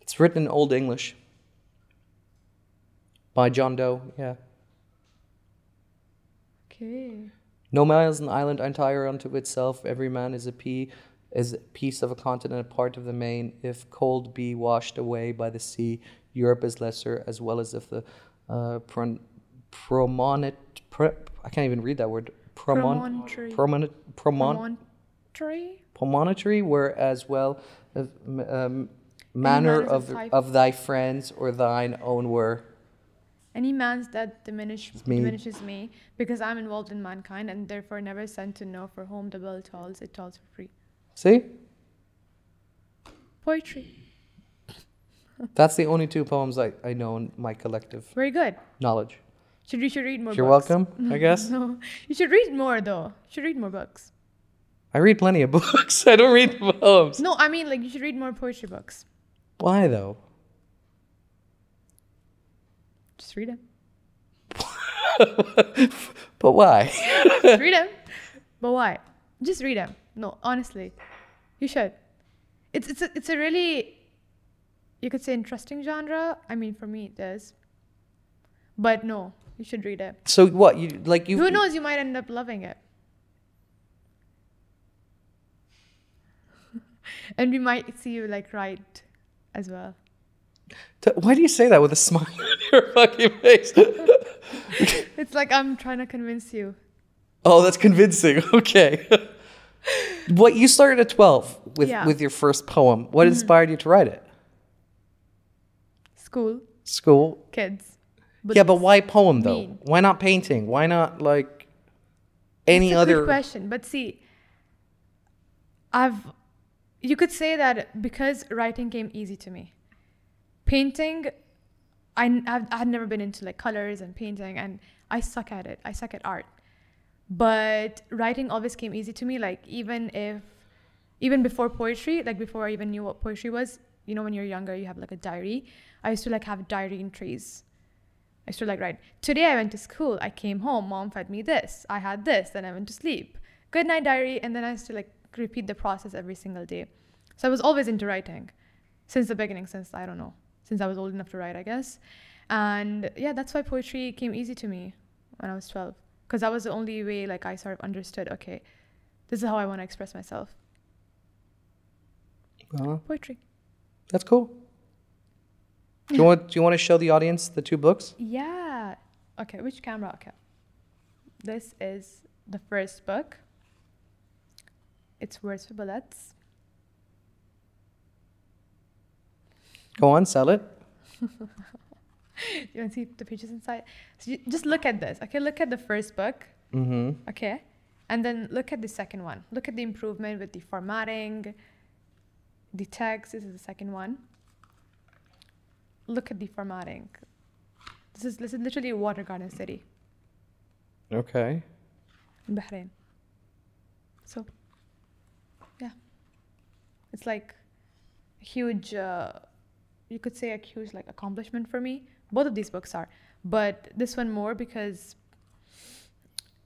[SPEAKER 2] It's written in Old English. By John Doe, yeah.
[SPEAKER 1] Okay.
[SPEAKER 2] No man is an island entire unto itself. Every man is a pea, is a piece of a continent, a part of the main. If cold be washed away by the sea, Europe is lesser, as well as if the uh, pron, promonit, pro, I can't even read that word. Promon,
[SPEAKER 1] Promontory.
[SPEAKER 2] promonit, promon,
[SPEAKER 1] Promontory.
[SPEAKER 2] promonitory, where as well as, um, manner
[SPEAKER 1] manners of
[SPEAKER 2] of,
[SPEAKER 1] thy-
[SPEAKER 2] of thy friends or thine own were.
[SPEAKER 1] Any man that diminish,
[SPEAKER 2] me.
[SPEAKER 1] diminishes me because I'm involved in mankind and therefore never sent to know for whom the bell tolls, it tolls for free.
[SPEAKER 2] See?
[SPEAKER 1] Poetry.
[SPEAKER 2] That's the only two poems I, I know in my collective
[SPEAKER 1] Very good.
[SPEAKER 2] knowledge.
[SPEAKER 1] Should you should read more
[SPEAKER 2] You're
[SPEAKER 1] books.
[SPEAKER 2] welcome, I
[SPEAKER 1] [LAUGHS]
[SPEAKER 2] guess.
[SPEAKER 1] No. You should read more though. You should read more books.
[SPEAKER 2] I read plenty of [LAUGHS] books. I don't read poems.
[SPEAKER 1] No, I mean like you should read more poetry books.
[SPEAKER 2] Why though? [LAUGHS]
[SPEAKER 1] Just read them.
[SPEAKER 2] But why? [LAUGHS]
[SPEAKER 1] Just read them. But why? Just read them. No, honestly. You should. It's it's a, it's a really you could say interesting genre. I mean for me it is. But no, you should read it.
[SPEAKER 2] So what? You like you?
[SPEAKER 1] Who knows you might end up loving it. [LAUGHS] and we might see you like write as well.
[SPEAKER 2] T- why do you say that with a [LAUGHS] smile on your fucking face? [LAUGHS]
[SPEAKER 1] It's like I'm trying to convince you.
[SPEAKER 2] oh, that's convincing. [LAUGHS] Okay. what you started at twelve with
[SPEAKER 1] Yeah. Mm-hmm.
[SPEAKER 2] with your first poem. What inspired you to write it?
[SPEAKER 1] School,
[SPEAKER 2] School.
[SPEAKER 1] kids.
[SPEAKER 2] yeah, but why poem though?
[SPEAKER 1] mean.
[SPEAKER 2] Why not painting? Why not like
[SPEAKER 1] It's
[SPEAKER 2] any
[SPEAKER 1] a good
[SPEAKER 2] other?
[SPEAKER 1] question. But see, I've you could say that because writing came easy to me. Painting, I n- I've, I've never been into like colors and painting, and I suck at it. I suck at art. But writing always came easy to me. Like even if, even before poetry, like before I even knew what poetry was, you know, when you're younger, you have like a diary. I used to like have a diary entries. I used to like write. Today I went to school. I came home. Mom fed me this. I had this. Then I went to sleep. Good night diary. And then I used to like repeat the process every single day. So I was always into writing, since the beginning. Since I don't know, since I was old enough to write, I guess. And yeah, that's why poetry came easy to me when I was twelve, because that was the only way like I sort of understood. Okay, this is how I want to express myself.
[SPEAKER 2] Well,
[SPEAKER 1] Poetry.
[SPEAKER 2] that's cool. Do you want? Do you want to show the audience the two books?
[SPEAKER 1] Yeah. Okay, which camera? Okay. This is the first book. It's Words for Bullets.
[SPEAKER 2] Go on, sell it.
[SPEAKER 1] You want to see the pages inside? So you, just look at this. Okay, look at the first book.
[SPEAKER 2] Mm-hmm.
[SPEAKER 1] Okay. And then look at the second one. Look at the improvement with the formatting, the text. This is the second one. Look at the formatting. This is, this is literally a water garden city
[SPEAKER 2] Okay.
[SPEAKER 1] in Bahrain. So, yeah, it's like a huge, uh, you could say a huge like accomplishment for me. Both of these books are, but this one more because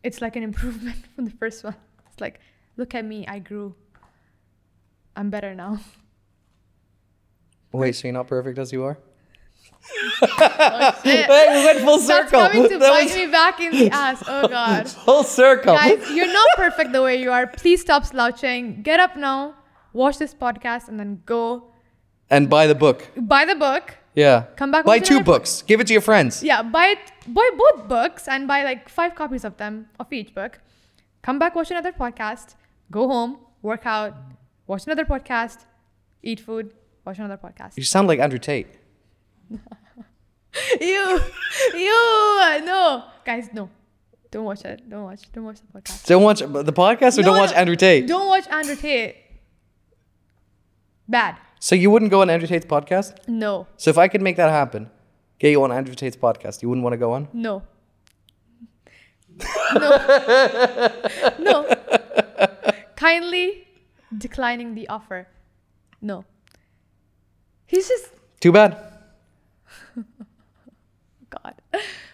[SPEAKER 1] it's like an [LAUGHS] improvement from the first one. It's like, look at me, I grew. I'm better
[SPEAKER 2] [LAUGHS]
[SPEAKER 1] now.
[SPEAKER 2] Wait, so you're not perfect as you are?
[SPEAKER 1] Oh, shit.
[SPEAKER 2] [LAUGHS] Hey, we went full
[SPEAKER 1] That's
[SPEAKER 2] circle.
[SPEAKER 1] coming to
[SPEAKER 2] [LAUGHS] That
[SPEAKER 1] bite
[SPEAKER 2] was
[SPEAKER 1] me back in the
[SPEAKER 2] [LAUGHS]
[SPEAKER 1] ass. Oh god.
[SPEAKER 2] full circle.
[SPEAKER 1] Guys, you're not perfect the way you are. Please stop slouching. Get up now, watch this podcast, and then go
[SPEAKER 2] And buy the book.
[SPEAKER 1] buy the book.
[SPEAKER 2] Yeah.
[SPEAKER 1] Come back
[SPEAKER 2] Buy
[SPEAKER 1] with
[SPEAKER 2] two
[SPEAKER 1] another-
[SPEAKER 2] books. Give it to your friends.
[SPEAKER 1] Yeah, buy it, buy both books and buy like five copies of them of each book. Come back, watch another podcast. Go home, work out, watch another podcast, eat food, watch another podcast.
[SPEAKER 2] You sound like Andrew Tate.
[SPEAKER 1] [LAUGHS] Ew, ew, no, guys, no, don't watch it. Don't watch. Don't watch the podcast.
[SPEAKER 2] Don't watch the podcast or
[SPEAKER 1] No,
[SPEAKER 2] don't watch
[SPEAKER 1] no,
[SPEAKER 2] Andrew Tate.
[SPEAKER 1] Don't watch Andrew Tate. Bad.
[SPEAKER 2] So you wouldn't go on Andrew Tate's podcast?
[SPEAKER 1] No.
[SPEAKER 2] So if I could make that happen, get you on Andrew Tate's podcast, you wouldn't want to go on?
[SPEAKER 1] No. [LAUGHS] No. no. Kindly declining the offer. No. He's just
[SPEAKER 2] Too bad.
[SPEAKER 1] God.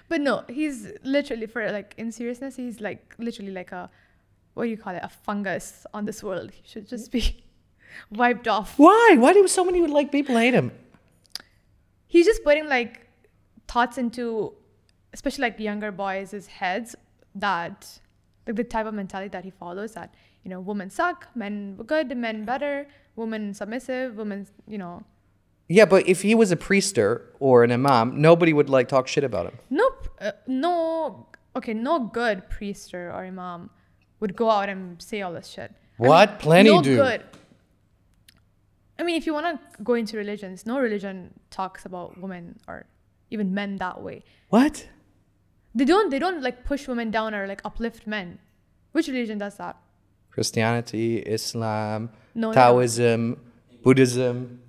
[SPEAKER 1] But no, he's literally for like in seriousness, he's like literally like a what do you call it? A fungus on this world. He should just be [LAUGHS] wiped off.
[SPEAKER 2] Why? Why do so many like people hate him?
[SPEAKER 1] He's just putting like thoughts into especially like younger boys' heads that like the type of mentality that he follows that you know women suck men were good men better women submissive women you know
[SPEAKER 2] Yeah, but if he was a priester or an imam, nobody would like talk shit about him.
[SPEAKER 1] no uh, no okay no good priest or or imam would go out and say all this shit I mean,
[SPEAKER 2] What? Plenty
[SPEAKER 1] no
[SPEAKER 2] do.
[SPEAKER 1] good i mean if you want to go into religions no religion talks about women or even men that way.
[SPEAKER 2] What?
[SPEAKER 1] They don't they don't like push women down or like uplift men. Which religion does that?
[SPEAKER 2] Christianity, Islam,
[SPEAKER 1] No, no.
[SPEAKER 2] Taoism, Buddhism.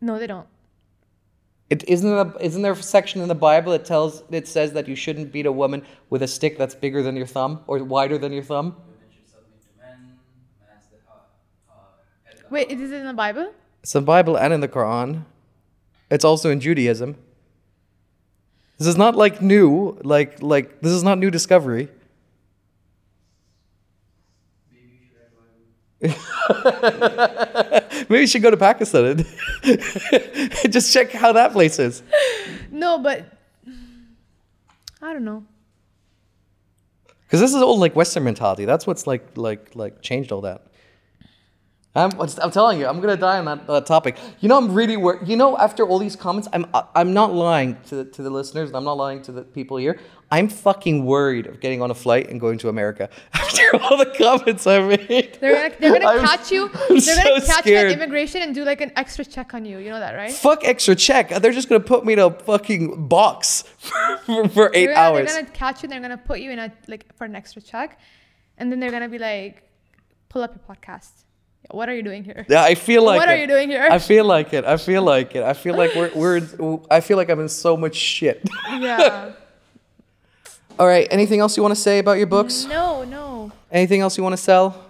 [SPEAKER 1] No, they don't.
[SPEAKER 2] It, isn't, a, isn't there a section in the Bible that tells that says that you shouldn't beat a woman with a stick that's bigger than your thumb or wider than your thumb?
[SPEAKER 3] Women should submit to men, man's the heart, heart, head of the
[SPEAKER 1] Wait, is this in the Bible?
[SPEAKER 2] It's in the Bible and in the Quran. It's also in Judaism. This is not like new, like like this is not new discovery. [LAUGHS] Maybe you should go to Pakistan and [LAUGHS] just check how that place is.
[SPEAKER 1] No, but I don't know.
[SPEAKER 2] Because this is all like Western mentality. That's what's like like like changed all that. I'm, I'm telling you, I'm gonna die on that, that topic. You know, I'm really wor- You know, after all these comments, I'm I'm not lying to the, to the listeners, and I'm not lying to the people here. I'm fucking worried of getting on a flight and going to America [LAUGHS] after all the comments I made.
[SPEAKER 1] They're gonna they're gonna
[SPEAKER 2] [LAUGHS] I'm-
[SPEAKER 1] catch you. They're
[SPEAKER 2] I'm so
[SPEAKER 1] gonna catch you
[SPEAKER 2] scared.
[SPEAKER 1] at immigration and do like an extra check on you. You know that, right?
[SPEAKER 2] Fuck extra check. They're just gonna put me in a fucking box [LAUGHS] for, for, for 8
[SPEAKER 1] they're gonna,
[SPEAKER 2] hours.
[SPEAKER 1] They're gonna catch you. They're gonna put you in a like for an extra check, and then they're gonna be like, "Pull up your podcast. What are you doing
[SPEAKER 2] [LAUGHS]
[SPEAKER 1] here?"
[SPEAKER 2] Yeah, I feel like
[SPEAKER 1] What are
[SPEAKER 2] it.
[SPEAKER 1] you doing here?
[SPEAKER 2] I feel like it. I feel like it. I feel like we're, we're I feel like I'm in so much shit. [LAUGHS]
[SPEAKER 1] Yeah.
[SPEAKER 2] All right. Anything else you want to say about your books?
[SPEAKER 1] no, no.
[SPEAKER 2] Anything else you want to
[SPEAKER 1] [LAUGHS]
[SPEAKER 2] sell?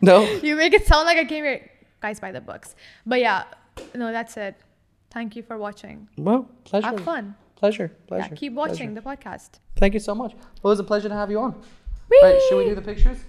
[SPEAKER 2] no.
[SPEAKER 1] You make it sound like I came here, guys. Buy the books. But yeah, no, that's it. Thank you for watching.
[SPEAKER 2] Well, pleasure.
[SPEAKER 1] Have fun.
[SPEAKER 2] Pleasure.
[SPEAKER 1] Yeah,
[SPEAKER 2] Pleasure.
[SPEAKER 1] keep
[SPEAKER 2] pleasure.
[SPEAKER 1] watching the podcast.
[SPEAKER 2] Thank you so much. Well, it was a pleasure to have you on.
[SPEAKER 1] Wee!
[SPEAKER 2] Right, should we do the pictures?